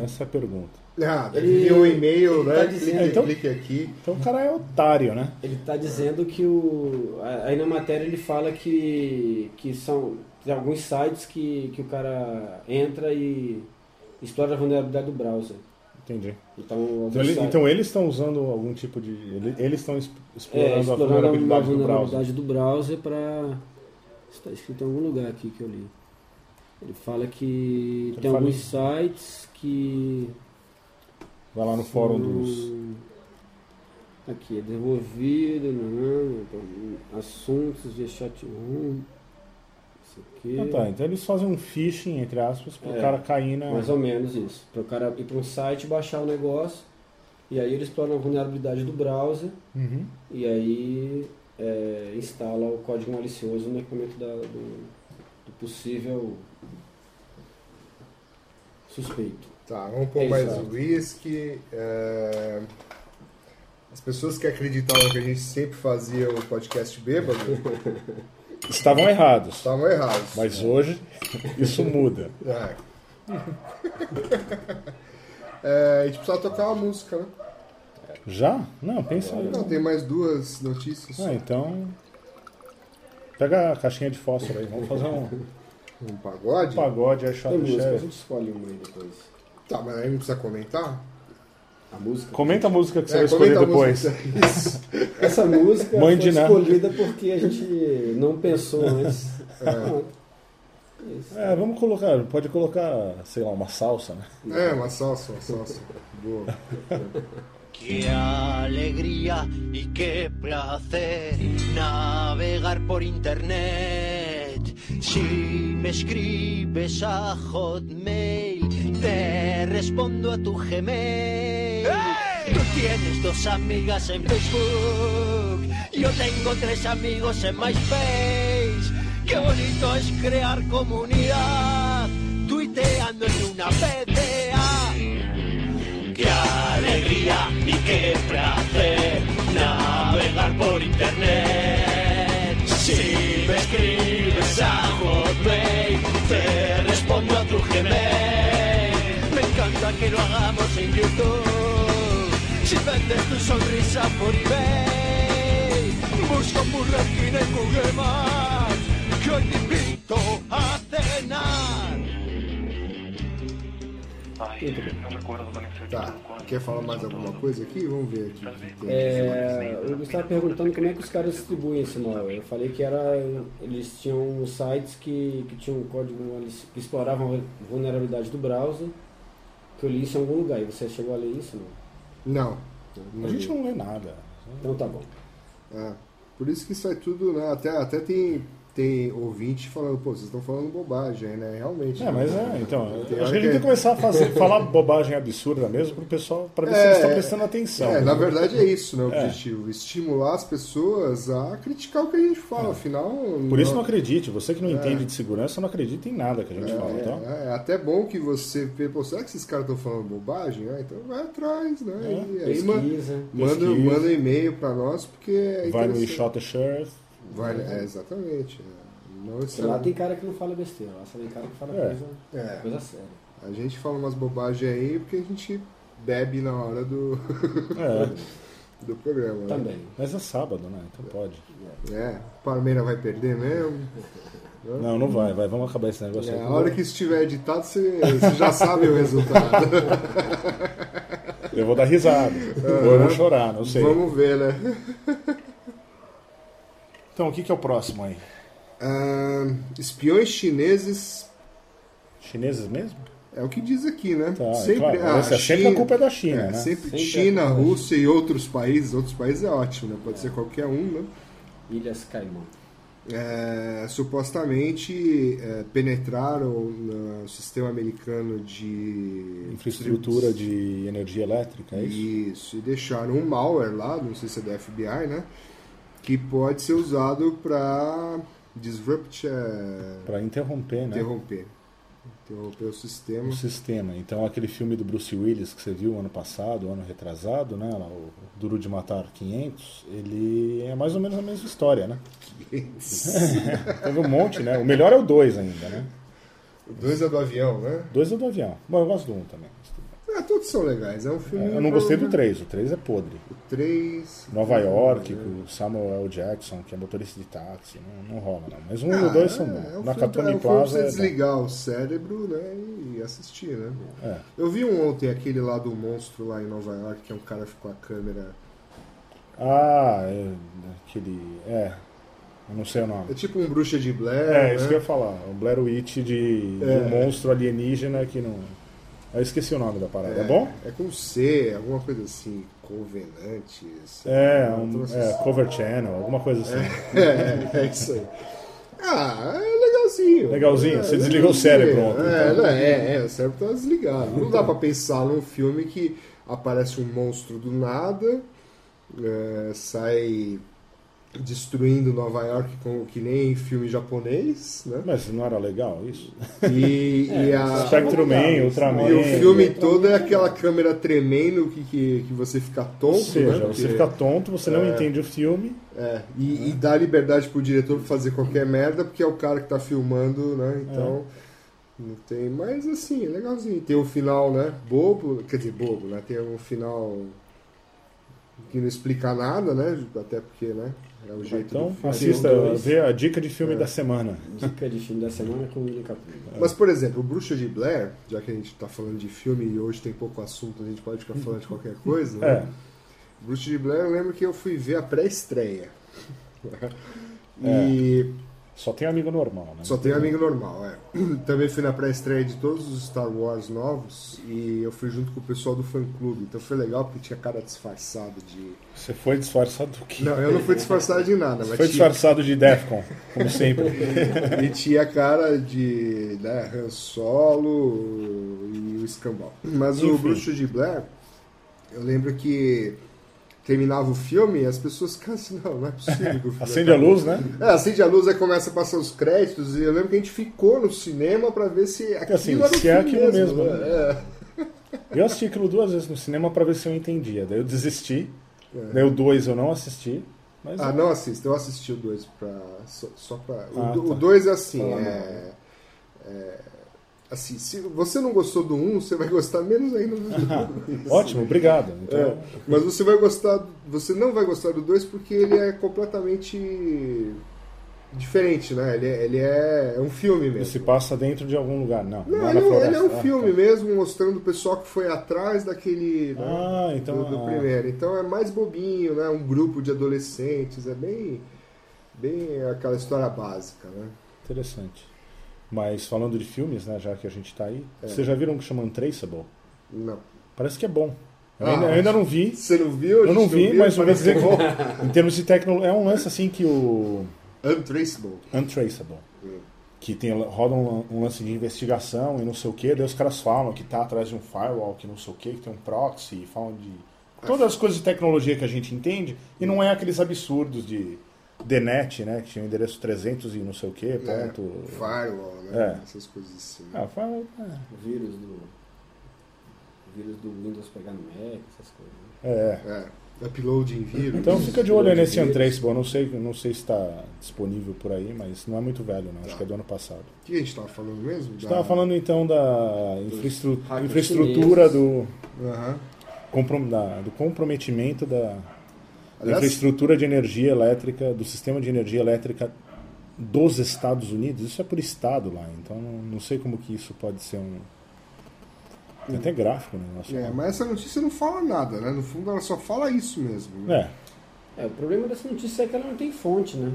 Essa é a pergunta. Ah, deve Ele- vir um e-mail, ele né? tá clique, dizendo- Então- clique aqui. Então o cara é otário, né? Ele está dizendo que o. a- Aí na matéria ele fala que, que são tem alguns sites que, que o cara entra e explora a vulnerabilidade do browser. Entendi. Então, alguns Então, ele- sites- então eles estão usando algum tipo de. ele- Eles estão es- explorando, é, a explorando vulnerabilidade do browser. vulnerabilidade do browser para. Está escrito em algum lugar aqui que eu li. Ele fala que Ele tem fala alguns sites que. Vai lá no fórum dos. Hum, Aqui, é desenvolvido, não, então, assuntos de chat room, isso aqui. Ah, tá. Então eles fazem um phishing, entre aspas, pro É. cara cair na. Mais ou menos isso. Para o cara ir para um site, baixar o negócio, e aí ele explora a vulnerabilidade do browser, Uhum. e aí é, instala o código malicioso no equipamento da- do, do possível suspeito. Tá, vamos pôr É mais isso, um whisky. é, As pessoas que acreditavam que a gente sempre fazia o podcast <laughs> bêbado Estavam errados. estavam errados. Mas hoje isso muda. É. <laughs> É, a gente precisa tocar uma música, né? Já? Não, pensa aí. Não, tem mais duas notícias. Ah, então. Pega a caixinha de fósforo aí, vamos fazer um Um pagode? pagode aí, Tem Shot música, né? a Sheriff. gente escolhe uma aí depois. Tá, mas aí não precisa comentar? É, A música? É, Comenta a música que você vai escolher comenta a depois. música. Isso. Essa música Mãe foi de nada. escolhida porque a gente não pensou antes. Pronto. Isso. É, vamos colocar, pode colocar, sei lá, uma salsa, né? <laughs> É, uma salsa, uma salsa. Boa. Qué alegría y qué placer navegar por internet. Si me escribes a Hotmail, te respondo a tu Gmail. Tú tienes dos amigas en Facebook, yo tengo tres amigos en MySpace. Qué bonito es crear comunidad, tuiteando en una PDA. ¡Qué alegría y qué placer navegar por internet! Si me escribes a Hotmail, te respondo a tu Gmail. Me encanta que lo hagamos en YouTube. Si vendes tu sonrisa por eBay, busca un burro en Google Maps, que hoy te invito a cenar. Ay, no recuerdo con exactitud Tá. cuándo. Quer falar mais alguma coisa aqui? Vamos ver aqui. o que tem. É, o Gustavo estava perguntando como é que os caras distribuem esse malware. Eu falei que era, eles tinham sites que, que tinham um código, eles que exploravam a vulnerabilidade do browser, que eu li isso em algum lugar. E você chegou a ler isso? né? Não? Não. A gente não lê nada. Então tá bom. É. Por isso que sai tudo, né? Até, até tem, tem ouvinte falando, pô, vocês estão falando bobagem, né? Realmente. É, mas é, então. Tem hora acho que a gente tem que começar a fazer, falar bobagem absurda mesmo pro pessoal, pra ver se É, eles estão prestando atenção. É, na verdade é isso, né? O objetivo. Estimular as pessoas a criticar o que a gente fala. Afinal. É. Por isso não acredite, você que não entende de segurança não acredita em nada que a gente fala, então. É, é até bom que você vê, pô, será que esses caras estão falando bobagem? Ah, então vai atrás, né? É. E aí ma- Pesquisa. manda, Pesquisa. manda um e-mail pra nós, porque é Vai no interessante. Shot Sheriff. Vai, é, exatamente. é. Não Porque Lá necessariamente- tem cara que não fala besteira, lá só tem cara que fala É. coisa, É. coisa séria. A gente fala umas bobagens aí porque a gente bebe na hora do, <laughs> É, do programa. né? Também. mas é sábado, né? Então pode. É, o Palmeira vai perder mesmo. Não, não vai, vai, vamos acabar esse negócio É, aí. a hora que isso estiver editado, você, você já sabe o resultado. Eu vou dar risada. Ou eu vou chorar, <laughs> não sei. Vamos ver, né? Então, o que, que é o próximo aí? Ah, espiões chineses Chineses mesmo? É o que diz aqui, né? Tá, claro. Essa- sempre a culpa é da China, né? Sempre, Sempre China, a culpa é da Rússia e outros países. Outros países é ótimo, né? Pode ser qualquer um, né? Ilhas Caimão. É, supostamente é, penetraram no sistema americano de Infraestrutura de energia elétrica, é isso? Isso, e deixaram um malware lá, não sei se é da FBI, né? Que pode ser usado para disrupt, é, Pra interromper, né? interromper. Interromper o sistema. o sistema. Então aquele filme do Bruce Willis que você viu ano passado, ano retrasado, né, lá, o Duro de Matar 500, ele é mais ou menos a mesma história, né? <laughs> Teve um monte, né? O melhor é o 2 ainda, né? O dois é do avião, né? 2 é do avião. Bom, eu gosto do 1 um também. Ah, todos são legais. É um filme. É, Eu não gostei do pra- 3, o 3 é podre. 3. Nova é. York, com o Samuel L. Jackson, que é motorista de táxi, não, não rola, não. Mas um e Ah, o 2 são é, bons. é um filme pra- é Na Capone um filme pra Plaza. Você é desligar o cérebro, né? E assistir, né? bom. É. Eu vi um ontem aquele lá do monstro lá em Nova York, que é um cara que ficou a câmera. Ah, é, aquele. É. Eu não sei o nome. É tipo um bruxa de Blair. É, né? isso que eu ia falar. O Blair Witch de, de É. um monstro alienígena que não. Eu esqueci o nome da parada, é, bom? É com C, alguma coisa assim. Covenantes. É, Eu um, trouxe é, isso. Cover Channel, alguma coisa assim. É, é isso aí. Ah, é legalzinho. Legalzinho, É, você desligou legalzinho. o cérebro ontem, então. É, não, é, é, o cérebro tá desligado. Não dá pra pensar num filme que aparece um monstro do nada, é, sai destruindo Nova York com, que nem filme japonês, né? Mas não era legal isso? <laughs> E, É, e a- Spectrum Tá Man, Ultraman. e o filme né? Ultraman. todo é aquela câmera tremendo que, que, que você fica tonto, Ou né? seja, Porque- você fica tonto, você não entende o filme. É, e, e dá liberdade pro diretor fazer qualquer merda, porque é o cara que tá filmando, né? Então. Não tem. Mas assim, é legalzinho. Tem o final, né? Bobo. Quer dizer, bobo, né? Tem um final que não explica nada, né? Até porque, né? É o jeito Então, do filme. É. assista, dois. vê a dica de filme da semana. Dica de filme da semana com o William Capullo. Mas, por exemplo, o Bruxa de Blair, já que a gente tá falando de filme e hoje tem pouco assunto, a gente pode ficar falando de qualquer <laughs> coisa, né? É, Bruxa de Blair, eu lembro que eu fui ver a pré-estreia. <laughs> É. E só tem amigo normal, né? Só tem amigo normal, é. <clears throat> Também fui na pré-estreia de todos os Star Wars novos e eu fui junto com o pessoal do fã-clube. Então foi legal porque tinha cara disfarçado <laughs> de. Você foi disfarçado do quê? Não, é eu não fui disfarçado de nada, mas Foi tinha, disfarçado de Defcon, <laughs> como sempre. e tinha cara de né, Han Solo e o escambau. Mas o Enfim. Bruxo de Blair, eu lembro que terminava o filme e as pessoas ficam assim, não, não é possível que o filme Acende a acabou." luz, né? É, acende a luz, aí começa a passar os créditos, e eu lembro que a gente ficou no cinema pra ver se aquilo assim, era o se é filme aquilo mesmo, né? É. Eu assisti aquilo duas vezes no cinema pra ver se eu entendia. Daí eu desisti. Daí o dois eu não assisti. Mas É. Ah, não assista, eu assisti o 2 pra. Só, só pra. Ah, o tá. 2 é assim, Fala é, é, Assim, se você não gostou do 1, um, você vai gostar menos ainda do 2. <laughs> ótimo, obrigado. Então, É, mas você vai gostar, você não vai gostar do 2 porque ele é completamente diferente, né? Ele é, ele é, é um filme mesmo. ele se passa dentro de algum lugar. Não, Não, é ele, na é um- ele floresta. é um Ah, filme tá. mesmo, mostrando o pessoal que foi atrás daquele. né, Ah, então, do, do ah. primeiro. Então é mais bobinho, né? Um grupo de adolescentes, é bem. Bem aquela história básica, né? Interessante. Mas falando de filmes, né, já que a gente tá aí, É. vocês já viram um que chama Untraceable? Não. Parece que é bom. Eu, Ah, ainda, eu ainda não vi. Você não viu? A Eu gente não vi, mas eu vou parece dizer bom. que <laughs> em termos de tecnologia, é um lance assim que o Untraceable. Untraceable, Hum. que tem, roda um, lan- um lance de investigação e não sei o que, daí os caras falam que tá atrás de um firewall, que não sei o que, que tem um proxy, e falam de todas as coisas de tecnologia que a gente entende e não é aqueles absurdos de DNET, né, que tinha o endereço 300 e não sei o que, É, ponto... Firewall, né? É. Essas coisas assim. Ah, firewall, é. O vírus do. o vírus do Windows pegar no Mac, essas coisas. né? é, É. Uploading vírus. Então fica de olho aí nesse Untraceable. Não sei, não sei se está disponível por aí, mas não é muito velho, Tá. não. Acho que é do ano passado. O que a gente tava falando mesmo? A gente estava falando então da infraestru- hackers infraestrutura do, Aham. comprom- da- do comprometimento da, da Aliás, infraestrutura de energia elétrica, do sistema de energia elétrica dos Estados Unidos. Isso é por estado lá, então não, não sei como que isso pode ser um. Tem até gráfico no negócio. é, mas essa notícia não fala nada, né? No fundo ela só fala isso mesmo. né? É. É, o problema dessa notícia é que ela não tem fonte, né?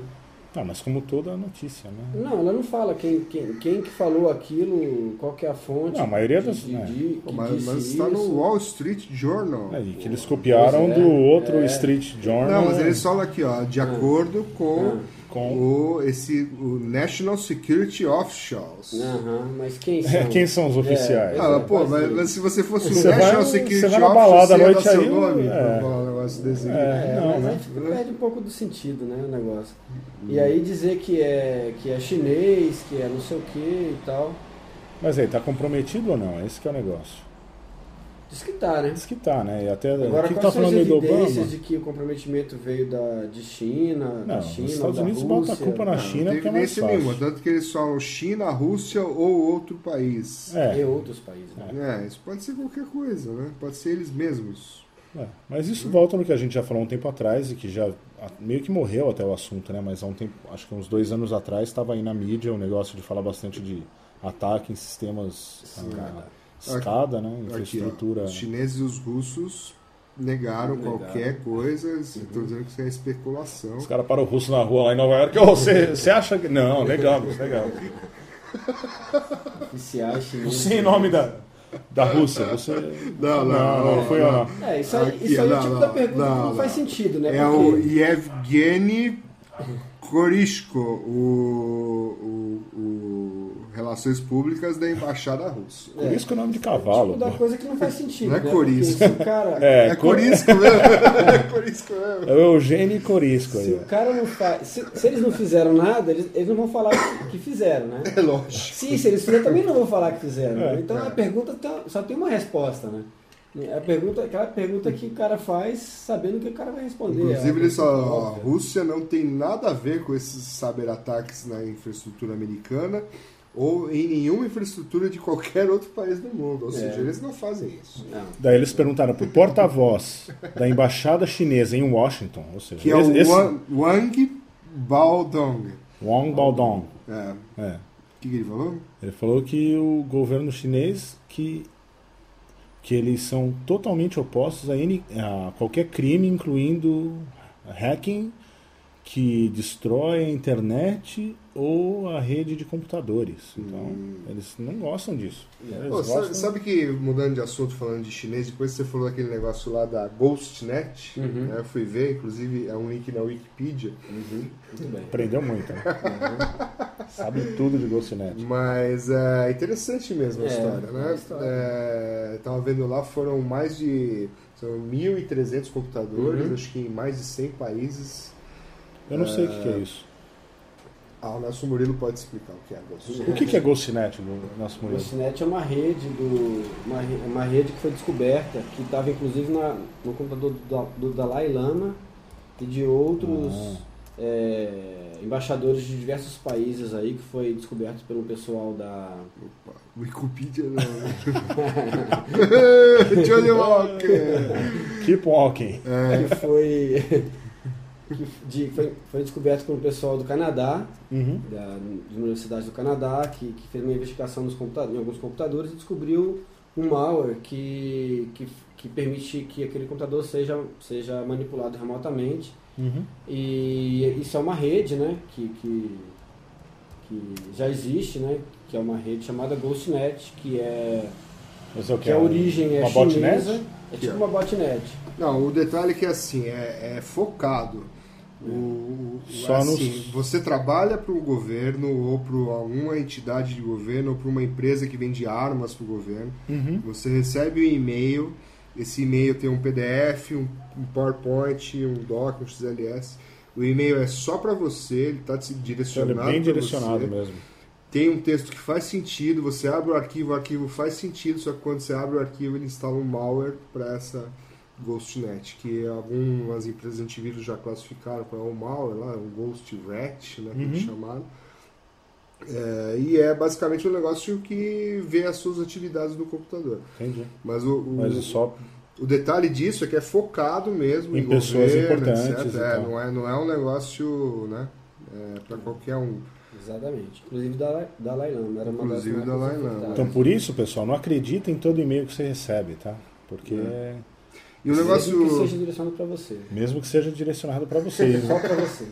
Ah, mas como toda notícia, né? Não, ela não fala quem, quem, quem que falou aquilo, qual que é a fonte. Não, a maioria que, das- que, né? di- que Mas, disse mas está isso. no Wall Street Journal. É, e que eles copiaram Pois é, do outro é. Street Journal. Não, mas eles falam aqui, ó, de acordo com, com o, esse, o National Security Officials. Aham, mas quem <laughs> É, são? quem são os oficiais? Ah, Pois é, pô, faz mas, isso. mas se você fosse o Você National vai- Security você vai na Officer, balada à você ia noite dar aí, seu nome é. pra falar um negócio desse. É, É, não, mas aí né? fica- perde um pouco do sentido, né, o negócio. E aí dizer que é, que é chinês, que é não sei o que e tal. Mas aí, tá comprometido ou não? Esse que é o negócio. Diz que tá, né? Diz que tá, né? E até. Agora, o que que quais tá são as falando aí do Obama? evidências de que o comprometimento veio da, de China, Não, da os China, Estados da Unidos botam Rússia? a culpa na Não, China não tem porque é mais evidência fácil. nenhuma, tanto que eles falam China, Rússia ou outro país. É, E outros países, né? É, isso pode ser qualquer coisa, né? Pode ser eles mesmos. é. mas isso volta no que a gente já falou um tempo atrás e que já a- meio que morreu até o assunto, né? Mas há um tempo, acho que uns dois anos atrás, estava aí na mídia o negócio de falar bastante de ataque em sistemas escada, escada né? Aqui, ó, Infraestrutura. os chineses e os russos negaram Negaram. qualquer coisa, estão dizendo que isso é especulação. Os caras param o russo na rua lá em Nova York. Ô, você você acha que. Não, legal, legal. É. Oficiais chineses. Você é em nome da, da Rússia, você. é- Não, não, não, não, foi eu não. É, isso aí, Aqui, isso aí é não, o tipo não, da pergunta que não, não faz não. sentido, né? É o Porque Yevgeny Korishko, o, o, o Relações Públicas da Embaixada Russa. Corisco é o nome de Tipo, cavalo. da pô. coisa que não faz sentido. Não é né? corisco. Porque se o cara, É, <laughs> É, cor... Corisco <laughs> mesmo. é Corisco mesmo. é o Eugênio e Corisco se aí. o cara não faz. Se, se eles não fizeram nada, eles, eles não vão falar que, que fizeram, né? É lógico. Sim, se eles fizeram, também não vão falar que fizeram. né? É, então a cara. pergunta tem- só tem uma resposta, né? A pergunta, aquela pergunta que o cara faz sabendo que o cara vai responder. É, Inclusive, ele só, ó, a Óbvio. Rússia não tem nada a ver com esses cyberataques na infraestrutura americana ou em nenhuma infraestrutura de qualquer outro país do mundo. Ou seja, eles não fazem isso. Não. Daí eles perguntaram pro porta-voz da embaixada chinesa em Washington, ou seja, Que é o esse- Wang- Wang Baodong. Wang Baodong. É. O É. que, que ele falou? Ele falou que o governo chinês que que eles são totalmente opostos a, N- a qualquer crime, incluindo hacking que destrói a internet ou a rede de computadores. Então, eles não gostam disso. Eles Hum. É. Pô, gostam- né? sabe, sabe que, mudando de assunto, falando de chinês, depois que você falou daquele negócio lá da GhostNet, né, eu fui ver, inclusive é um link na Wikipedia, Muito uhum, bem. Aprendeu <laughs> muito, né? Sabe tudo de GhostNet. Mas é interessante mesmo a É, história, né? é história. É, tava vendo lá, foram mais de são 1.300 computadores, Uhum. acho que em mais de 100 países. Eu não sei o que, que é isso. Ah, o nosso Murilo pode explicar o que é agora. O que, que é GhostNet, do nosso O Murilo? Cinet é uma rede do uma, re- é uma rede que foi descoberta que estava inclusive na- no computador do, Da- do Dalai Lama e de outros Ah. é, embaixadores de diversos países aí que foi descoberto pelo pessoal da Opa, Wikipedia não. né? <laughs> Johnny Walker! Keep walking. que foi <laughs> que de- foi, foi descoberto pelo pessoal do Canadá Uhum. da, de universidades do Canadá, que, que fez uma investigação nos computa em alguns computadores e descobriu um malware que, que, que permite que aquele computador seja, seja manipulado remotamente. Uhum. E isso é uma rede, né, que, que, que já existe, né, que é uma rede chamada GhostNet, que é Mas é o que? que a origem é uma chinesa, botnet? é tipo uma botnet. Não, o detalhe é que assim, é, é focado. O, o- É. Só assim, nos- Você trabalha para o governo ou para alguma entidade de governo ou para uma empresa que vende armas para o governo. Uhum. Você recebe um e-mail, esse e-mail tem um PDF, um, um PowerPoint, um doc, um XLS. O e-mail é só para você, ele está Ele direcionado é bem pra direcionado você. mesmo. Tem um texto que faz sentido, você abre o arquivo, o arquivo faz sentido, só que quando você abre o arquivo ele instala um malware para essa GhostNet, que algumas empresas de antivírus já classificaram qual é o malware lá, o Ghost Rat, né, que eles Uhum. chamaram. É, e é basicamente um negócio que vê as suas atividades no computador. Entendi. Mas o, o- Mas é só o detalhe disso é que é focado mesmo Em em, pessoas governo, importantes etc. e É, tal. não, é, não é um negócio né, para qualquer um. Exatamente. Inclusive da Dalai Lama. Era uma das Inclusive marcas Dalai Lama. infectadas. Então por isso, pessoal, não acredita em todo e-mail que você recebe, tá? Porque É. E o Mesmo que negócio, seja direcionado para você. mesmo que seja direcionado para vocês, Só né? para <laughs> você.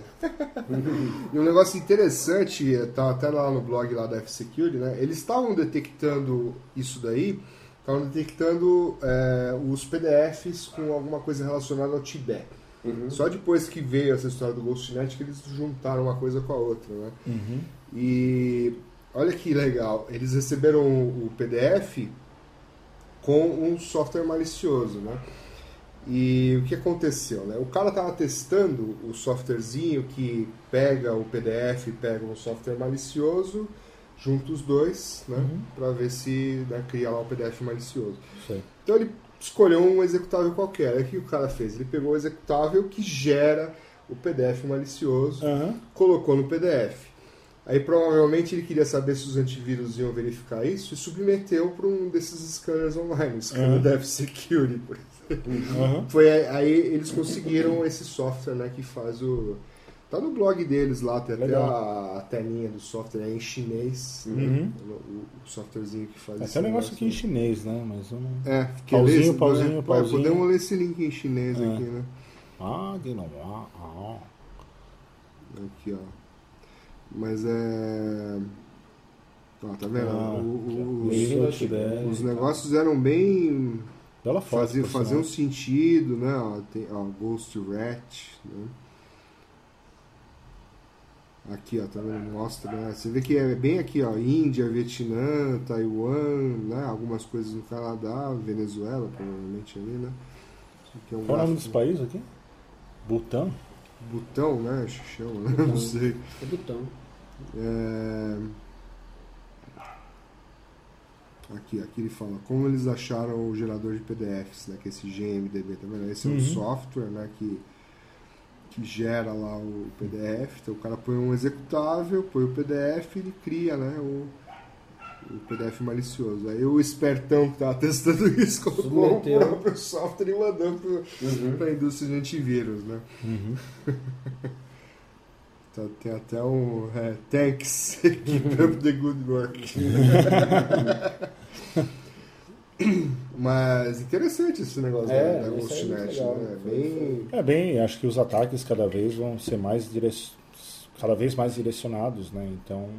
e um negócio interessante, eh, tá até lá no blog lá da F-Security, né? Eles estavam detectando isso daí, estavam detectando eh, os PDFs com alguma coisa relacionada ao Tibete. Só depois que veio essa história do GhostNet que eles juntaram uma coisa com a outra, né? E olha que legal, eles receberam o PDF com um software malicioso, né? E o que aconteceu, né? O cara tava testando o softwarezinho que pega o PDF, pega um software malicioso, junta os dois, né? Para ver se né, cria lá um PDF malicioso. Isso aí. Então ele escolheu um executável qualquer. Aí o que o cara fez? Ele pegou o executável que gera o PDF malicioso, Aham. colocou no PDF. Aí provavelmente ele queria saber se os antivírus iam verificar isso e submeteu para um desses scanners online, o scanner Aham. da F-Security, por exemplo. Aham. Foi aí, aí eles conseguiram esse software, né, que faz o... Tá no blog deles lá, tem até Legal. a, a telinha do software é em chinês, né? Uhum. o, o softwarezinho que faz Até um negócio aqui em chinês, né? Mas eu não. é, quer Pauzinho, esse- pauzinho, Ué, pauzinho. Podemos ler esse link em chinês É. aqui, né? Ah, de novo. Ah, ah, ah. Aqui, ó. Mas é. Ó, tá vendo? Ah, O- o- os, Bem-vindo ao né? Tibete. os Então, negócios eram bem. Bela foto. Faziam, por faziam um sinal. sentido, né? Ó, tem, ó, Ghost Rat, né? Aqui, ó, tá vendo? Mostra, né? Você vê que é bem aqui, ó, Índia, Vietnã, Taiwan, né? Algumas coisas no Canadá, Venezuela, provavelmente ali, né? Isso aqui é um Qual o nome desse gráfico- país aqui? Butão? Butão, né? Chama, né? <laughs> Não sei. É botão. É... Aqui, aqui ele fala como eles acharam o gerador de PDFs, né? Que é esse GMDB, tá vendo? Esse é Uhum. um software, né? Que, que gera lá o PDF. Então o cara põe um executável, põe o PDF e ele cria, né? O, o PDF malicioso. Aí o espertão que tava testando <laughs> isso colocou Submeteu. o próprio software e mandou pro, pra indústria de antivírus, né? Uhum. Tá- Tem até um é, Thanks, <laughs> keep up the good work. Mas interessante esse negócio É, da, da isso aí é muito Ghostnet, legal. né? Foi- Bem, É bem, acho que os ataques cada vez vão ser mais direc- cada vez mais direcionados, né? Então,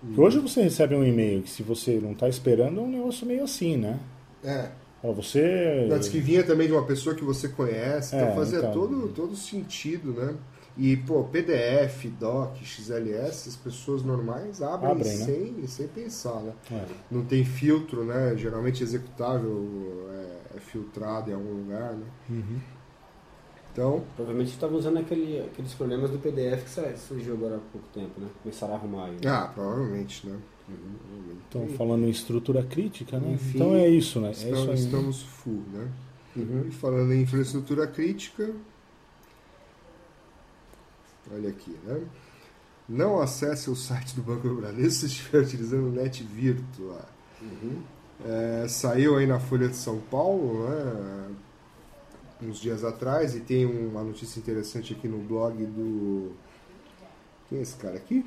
porque hoje você recebe um e-mail que se você não tá esperando é um negócio meio assim, né? é. Ó, É. você Antes que vinha também de uma pessoa que você conhece, então É, fazia então. todo todo sentido, né? E pô, PDF, DOC, XLS, as pessoas normais abrem, Abrem, né? sem sem pensar, né? É. Não tem filtro, né? Geralmente executável é, é filtrado em algum lugar, né? Uhum. Então, Provavelmente estavam usando aquele, aqueles problemas do PDF que sa- surgiu agora há pouco tempo, né? Começaram a arrumar aí. ah, provavelmente, né? Então, falando em estrutura crítica, né? Enfim, então é isso, né? É Estamos, isso aí. né? estamos full, né? E falando em infraestrutura crítica, olha aqui, né? Não acesse o site do Banco do Bradesco <laughs> se estiver utilizando o Net Virtua. Uhum. É, saiu aí na Folha de São Paulo, né? Uns dias atrás, e tem uma notícia interessante aqui no blog do. Quem é esse cara aqui?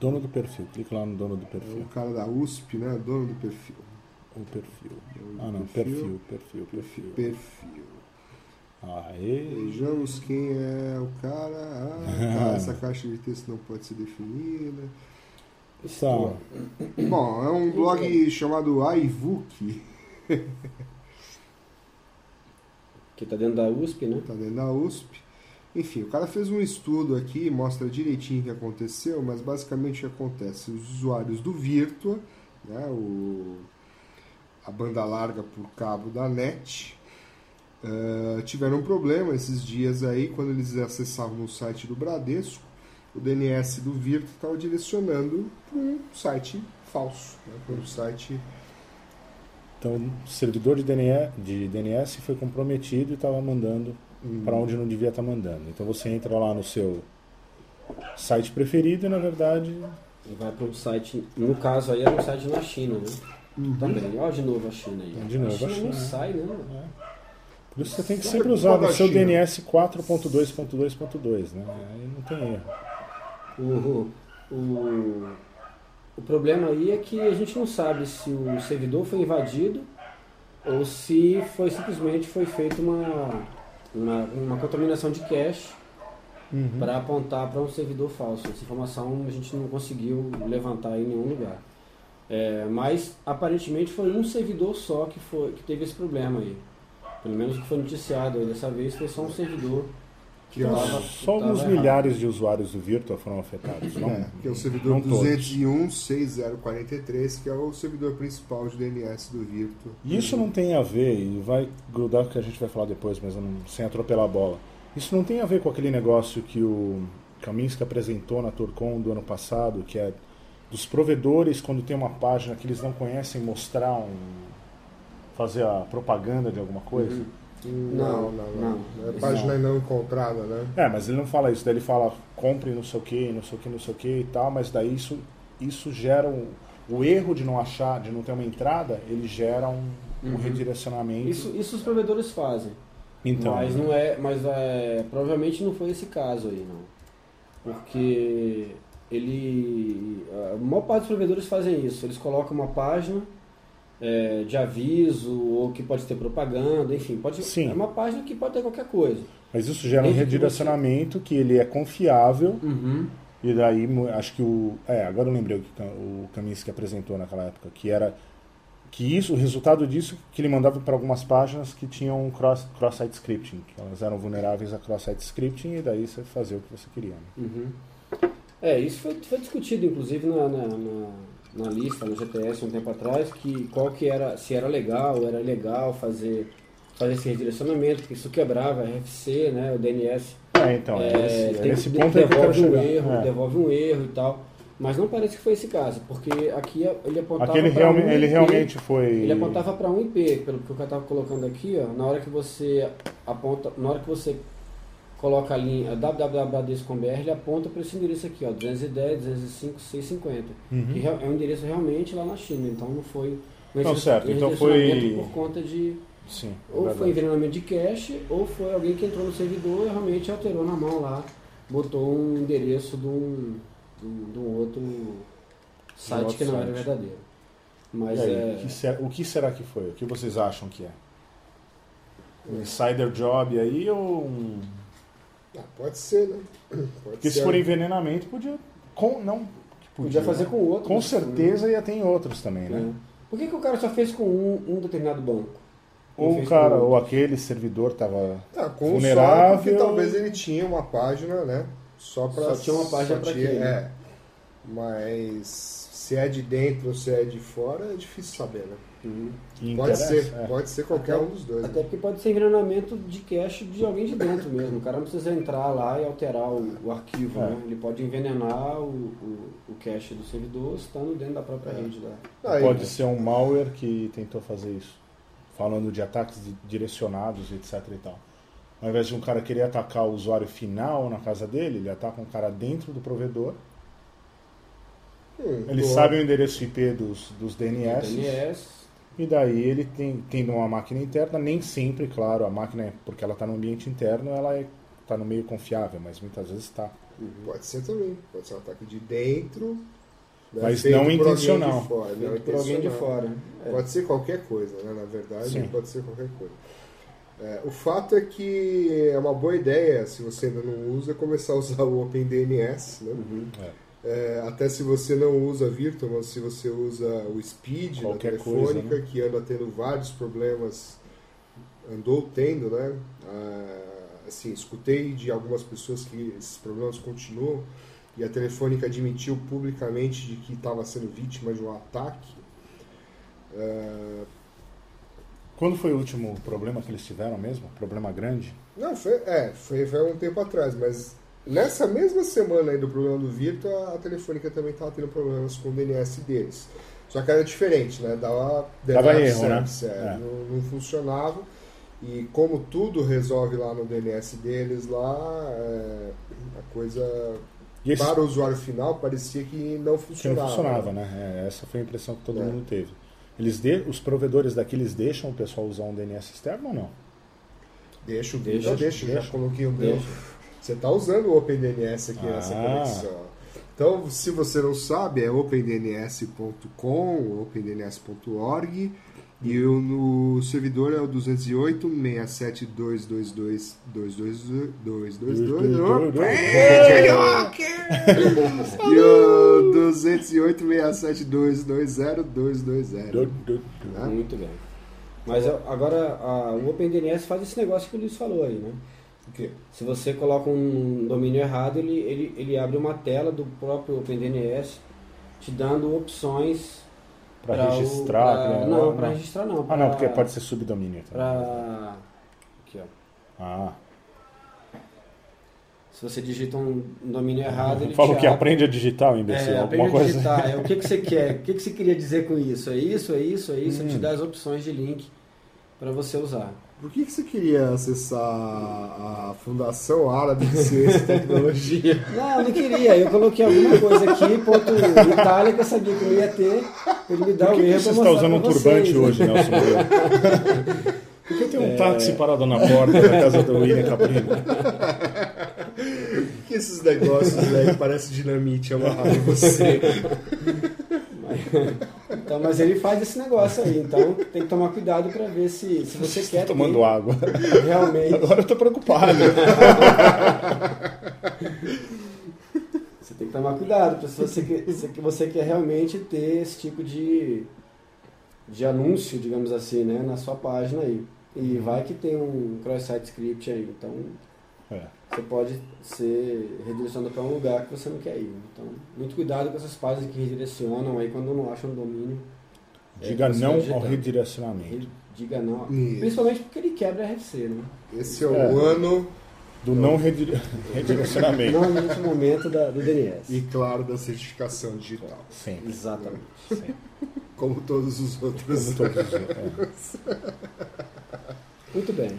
Dono do perfil. Clica lá no dono do É o perfil. cara da USP, né? Dono do perfil. O perfil. Dono Ah, do não. Perfil, perfil, Perfil. perfil. perfil. Aê. Vejamos quem é o cara. <laughs> Ah, tá, essa caixa de texto não pode ser definida. Tá. Bom, é um blog chamado iVook, Que tá dentro da USP, né? tá dentro da USP. Enfim, o cara fez um estudo aqui, mostra direitinho o que aconteceu, mas basicamente o que acontece? Os usuários do Virtua, né, o, a banda larga por cabo da NET, eh, tiveram um problema esses dias aí, quando eles acessavam o site do Bradesco, o DNS do Virtua estava direcionando para um site falso, né, para um site Então, o servidor de DNS, de DNS foi comprometido e estava mandando para onde não devia estar mandando. Então, você entra lá no seu site preferido e, na verdade, E vai para um site, no caso aí era um site na China, né? Uhum. Também, olha de novo a China aí. De novo a a China China, não né? sai, né? por isso você tem que Sabe sempre qual usar da o seu China? DNS 4.2.2.2, né? Aí não tem erro. O, o, o problema aí é que a gente não sabe se o servidor foi invadido ou se foi simplesmente foi feita uma, uma, uma contaminação de cache Uhum. para apontar para um servidor falso. Essa informação a gente não conseguiu levantar em nenhum lugar. É, mas aparentemente foi um servidor só que, foi, que teve esse problema aí. Pelo menos o que foi noticiado aí dessa vez foi só um servidor. que é o- Só alguns Tava errado. milhares de usuários do Virtua foram afetados. Não, É, que é o servidor não todos. 201.6043, que é o servidor principal de DNS do Virtua. E Isso não tem a ver, e vai grudar com o que a gente vai falar depois, mas eu não- sem atropelar a bola. Isso não tem a ver com aquele negócio que o Kaminski apresentou na Torcon do ano passado, que é dos provedores, quando tem uma página que eles não conhecem, mostrar um. fazer a propaganda de alguma coisa. Uhum. Não, não. É página não. encontrada, né? É, mas ele não fala isso, daí ele fala compre não sei o que, não sei o que, não sei o que e tal, mas daí isso, isso gera um, o erro de não achar, de não ter uma entrada, ele gera um, um redirecionamento. Uhum. Isso, isso os provedores fazem. então, Mas não é, mas é, provavelmente não foi esse caso aí, não. Porque ele. A maior parte dos provedores fazem isso. Eles colocam uma página é, de aviso, ou que pode ter propaganda, enfim, pode Sim. É uma página que pode ter qualquer coisa. Mas isso gera um Desde que redirecionamento que ele é confiável Uhum. e daí mu- acho que o é agora eu lembrei o que Cam- o Kaminsky apresentou naquela época que era que isso, o resultado disso que ele mandava para algumas páginas que tinham um cross, cross-site scripting, que elas eram vulneráveis a cross-site scripting e daí você fazia o que você queria. né? Uhum. É, isso foi, foi discutido, inclusive, na, na, na- na lista, no GTS, um tempo atrás, que qual que era, se era legal, era legal fazer, fazer esse redirecionamento, porque isso quebrava RFC, né, o DNS. É, então, é, É, esse, tem- é esse de- ponto aí que eu quero devolve um chegar. erro, É. devolve um erro e tal. Mas não parece que foi esse caso, porque aqui é, ele apontava Aquele pra realme- um ele IP, realmente foi. Ele apontava para um IP, pelo que eu estava colocando aqui, ó, na hora que você aponta, na hora que você coloca a linha www.descombr, ele aponta para esse endereço aqui, ó, 210, 205, 650, Uhum. que real- é um endereço realmente lá na China, então não foi um Então, endereço- certo, um então foi- redirecionamento por conta de Sim, ou foi verdade. envenenamento de cache, ou foi alguém que entrou no servidor e realmente alterou na mão lá, botou um endereço de um, de um- de um outro site um outro que não era site. verdadeiro. E Mas aí, é. o, que será, o que será que foi? O que vocês acham que é? Um insider job aí ou um. Ah, pode ser, né? <clears throat> Pode Porque se ser. for envenenamento, podia. Com, não, que Podia fazer né? com outro. Com né? certeza ia ter em outros também, né? É. Por que, que o cara só fez com um, um determinado banco? Não Ou fez o com cara, outro? ou aquele servidor tava. Ah, com Vulnerável. vulnerável. Só, porque talvez ele tinha uma página, né? Só para Só tinha uma página pra aquele, né? É. Mas se é de dentro ou se é de fora, é difícil saber, né? que Pode interessa, ser, é. pode ser qualquer um dos dois. Até Né? porque pode ser envenenamento de cache de alguém de dentro mesmo. O cara não precisa entrar lá e alterar o, o arquivo, É. né? Ele pode envenenar o, o, o cache do servidor estando dentro da própria É. rede da. Aí, hum, Pode ser um malware que tentou fazer isso. Falando de ataques di- direcionados, etc e tal. Ao invés de um cara querer atacar o usuário final na casa dele, ele ataca um cara dentro do provedor. hum, Ele boa. sabe o endereço IP dos, dos DNS. DNS. E daí ele tem, tendo uma máquina interna, nem sempre, claro, a máquina, é porque ela está no ambiente interno, ela está no meio confiável, mas muitas vezes tá. está. Uhum. Pode ser também. Pode ser um ataque de dentro. né, Mas feito não por alguém intencional. de fora, não Feito por alguém de intencional. fora. É. Pode ser qualquer coisa, né? Na verdade, Sim. pode ser qualquer coisa. É, o fato é que é uma boa ideia, se você ainda não usa, começar a usar o OpenDNS, né? Uhum. É, até se você não usa Virtual, mas se você usa o Speed da Qualquer telefônica, coisa, né? que anda tendo vários problemas, andou tendo, né? Ah, assim, escutei de algumas pessoas que esses problemas continuam e a telefônica admitiu publicamente de que estava sendo vítima de um ataque. Ah, Quando foi o último problema que eles tiveram mesmo? Problema grande? Não, foi, é, foi, foi um tempo atrás, mas nessa mesma semana aí do problema do Virtua, a Telefônica também estava tendo problemas com o DNS deles. Só que era diferente, né? Dava, Dava denial of erro, né? service, é, É. Não, não funcionava. E como tudo resolve lá no DNS deles, lá é, a coisa E esse para o usuário final parecia que não que não funcionava. funcionava, né? É, essa foi a impressão que todo É. mundo teve. Eles de- os provedores daqui, eles deixam o pessoal usar um DNS externo ou não? Deixa o Deixa, deixa, deixa, deixa. já coloquei o meu. Deixa. Você está usando o OpenDNS aqui nessa Ah. conexão. Então, se você não sabe, é opendns.com, opendns.org e o no servidor é o 208 67222 222 É. <laughs> e o 208 672220220. né? Muito bem. Mas a- agora a- o OpenDNS faz esse negócio que o Luiz falou aí, né? O quê? Se você coloca um domínio errado, ele, ele, ele abre uma tela do próprio OpenDNS te dando opções Para pra o- registrar? pra- pra- não, para registrar não. Ah, não, pra- porque pode ser subdomínio. também. pra- aqui, ó. Ah, Se você digita um domínio errado, ele Ah, falou te que abre... aprende a digital, imbecil. É, alguma aprende a coisa. digitar. É, o que, <laughs> que você quer? O que, que você queria dizer com isso? É isso, é isso, é isso? Ele Hum. Te dá as opções de link para você usar. Por que, que você queria acessar a Fundação Árabe de Ciência e Tecnologia? Não, eu não queria. Eu coloquei alguma coisa aqui, ponto Itália, que eu sabia que não ia ter. Ele me dá Por o que, que erro você pra está mostrar usando um pra vocês, turbante né? hoje, Nelson <laughs> Moreira? Por que tem um táxi parado na porta da casa do William <laughs> Caprino? Por que esses negócios, velho, que parece dinamite amarrado em você? Então, mas ele faz esse negócio aí. Então tem que tomar cuidado para ver se, se você Vocês quer estão tomando ter, água. realmente. Agora eu tô preocupado. Você tem que tomar cuidado, porque se você, quer- se que você quer realmente ter esse tipo de, de anúncio, digamos assim, né, na sua página aí. E vai que tem um cross-site script aí, então É. você pode ser redirecionado para um lugar que você não quer ir. né? Então, muito cuidado com essas páginas que redirecionam aí quando não acham o domínio. É, Diga você não vai ao digitar. redirecionamento. Diga não. Isso. Principalmente porque ele quebra RFC, né? Esse é o É. ano, Do não redire- <laughs> redirecionamento. Não no último momento da, do DNS. e claro, da certificação digital. Sempre. Exatamente. sempre. Como todos os outros. Como todos os é. outros. Muito bem.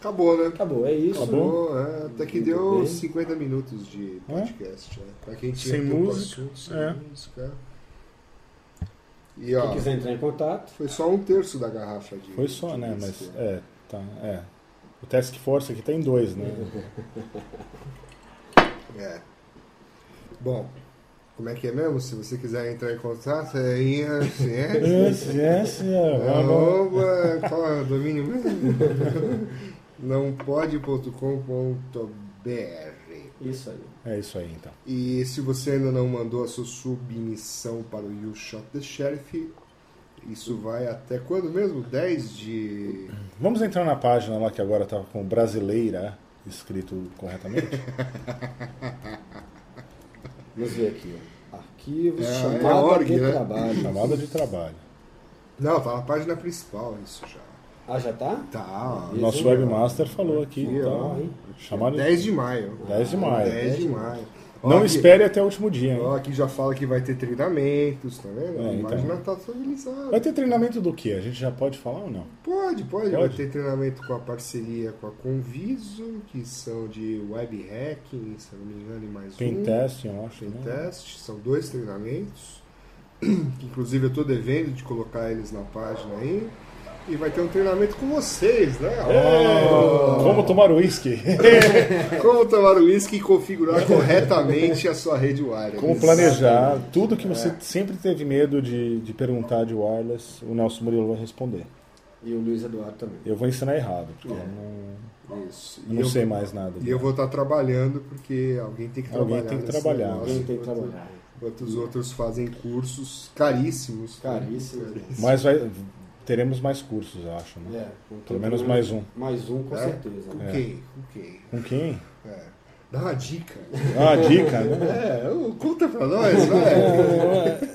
Acabou, né? Acabou, é isso. Acabou, é, até que Muito deu bem. 50 minutos de podcast. É. Pra quem tinha Sem pouco música, assunto, sem é. música. é. E Quem ó, quiser entrar em contato, foi só um terço da garrafa de. Foi só, de né? whisky, Mas é, tá, é. O Task Force aqui tem dois, né? É. Bom, como é que é mesmo? Se você quiser entrar em contato, é INCS. Yes, yes, yeah, vamos. Arroba, É qual é o domínio mesmo? Nãopode.com.br isso aí. É isso aí então. E se você ainda não mandou a sua submissão para o You Shot the Sheriff, isso vai até quando mesmo? 10 de. Vamos entrar na página lá que agora tá com brasileira escrito corretamente? <laughs> Vamos ver aqui. ó. Arquivos, É, chamada é org, de né? trabalho. Chamada de trabalho. Não, tá na página principal isso já. Ah, já tá? Então, Tá, ó. O nosso Isso, webmaster falou aqui, Aqui, ó. tá? Chamada 10 de maio. 10 de maio. 10 de maio. Ó, Não aqui- espere até o último dia, hein? Ó, aqui já fala que vai ter treinamentos, tá vendo? É, então. A página tá estabilizada. Vai ter treinamento do que? A gente já pode falar ou não? Pode, pode, Vai Pode? ter treinamento com a parceria com a Conviso, que são de web hacking, se eu não me engano, e mais um. Pen testing, eu acho. Pen Né? test. São dois treinamentos. <clears throat> que, Inclusive, eu tô devendo de colocar eles na página aí. E vai ter um treinamento com vocês, né? É. Oh! Vamos <laughs> tomar uísque. Como tomar o uísque e configurar corretamente a sua rede wireless. Como planejar tudo que É. você sempre teve medo de, de perguntar de wireless, o Nelson Murilo vai responder. E o Luiz Eduardo também. Eu vou ensinar errado, porque eu não, Isso. eu É. E não eu, sei mais nada. e eu vou estar trabalhando, porque alguém tem que trabalhar. Alguém tem que nesse trabalhar. negócio, Alguém tem que enquanto- trabalhar. Enquanto os outros fazem cursos caríssimos. Caríssimo. é. Mas vai- teremos mais cursos, eu acho. Né? É, com Pelo todo menos mundo. mais um. Mais um, com É? certeza. Com né? quem? Com quem? Com quem? É. Dá uma dica. Ah, dica. né? <laughs> É, ô, conta pra nós, vai.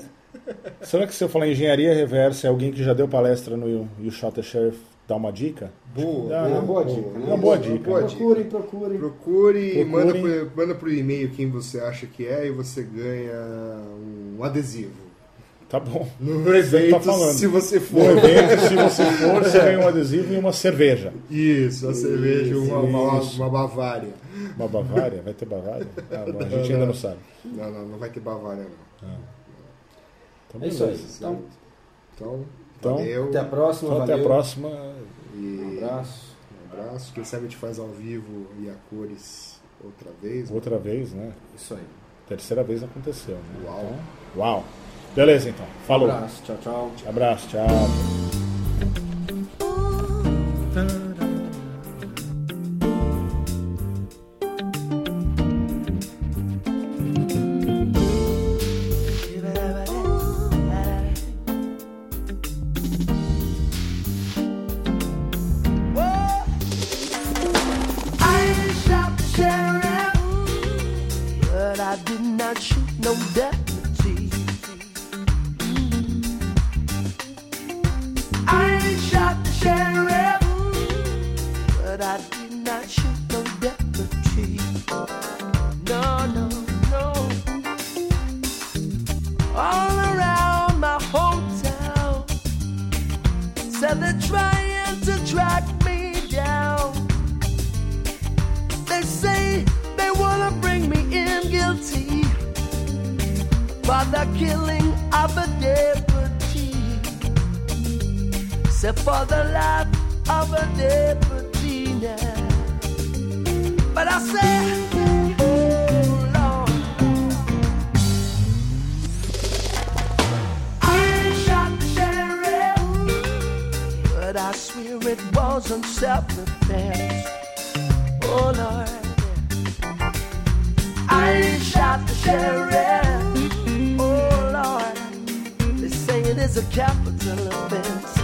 Será que se eu falar engenharia reversa, é alguém que já deu palestra no You- You Shot the Sheriff dá uma dica? Boa. Dá É uma boa boa. dica, né? Uma boa dica. Boa procurem, dica. procurem. Procure, e Procure. manda pro, manda pro e-mail quem você acha que é e você ganha um adesivo. Tá bom. No Você tá evento, falando. se você No for. evento, se você for, você ganha um adesivo e uma cerveja. Isso, a cerveja, uma, uma, isso. uma Bavária. Uma Bavária? Vai ter Bavária? Ah, bom, a gente ainda não sabe. Não, não, não vai ter Bavária, não. Então, É isso aí. beleza. Então, Então, Então, valeu. até a próxima. Então, até a valeu. próxima. Um E abraço. um abraço. Quem sabe a gente faz ao vivo e a cores outra vez. Outra vez, né? Isso aí. Terceira vez aconteceu, né? Uau. Então, uau. Beleza, então. Um Falou. abraço. Tchau, tchau. Abraço, tchau. I shot the sheriff, but I did not shoot no deputy. I shot the sheriff, but I did not shoot no deputy. No, no, no. All around my hometown, said they're trying to track me down. They say they wanna bring me in guilty for the killing of a deputy. Except for the life of a deputy now. But I say, oh Lord. I shot the sheriff, but I swear it wasn't self-defense. Oh Lord, I shot the sheriff. Oh Lord, they say it is a capital offense.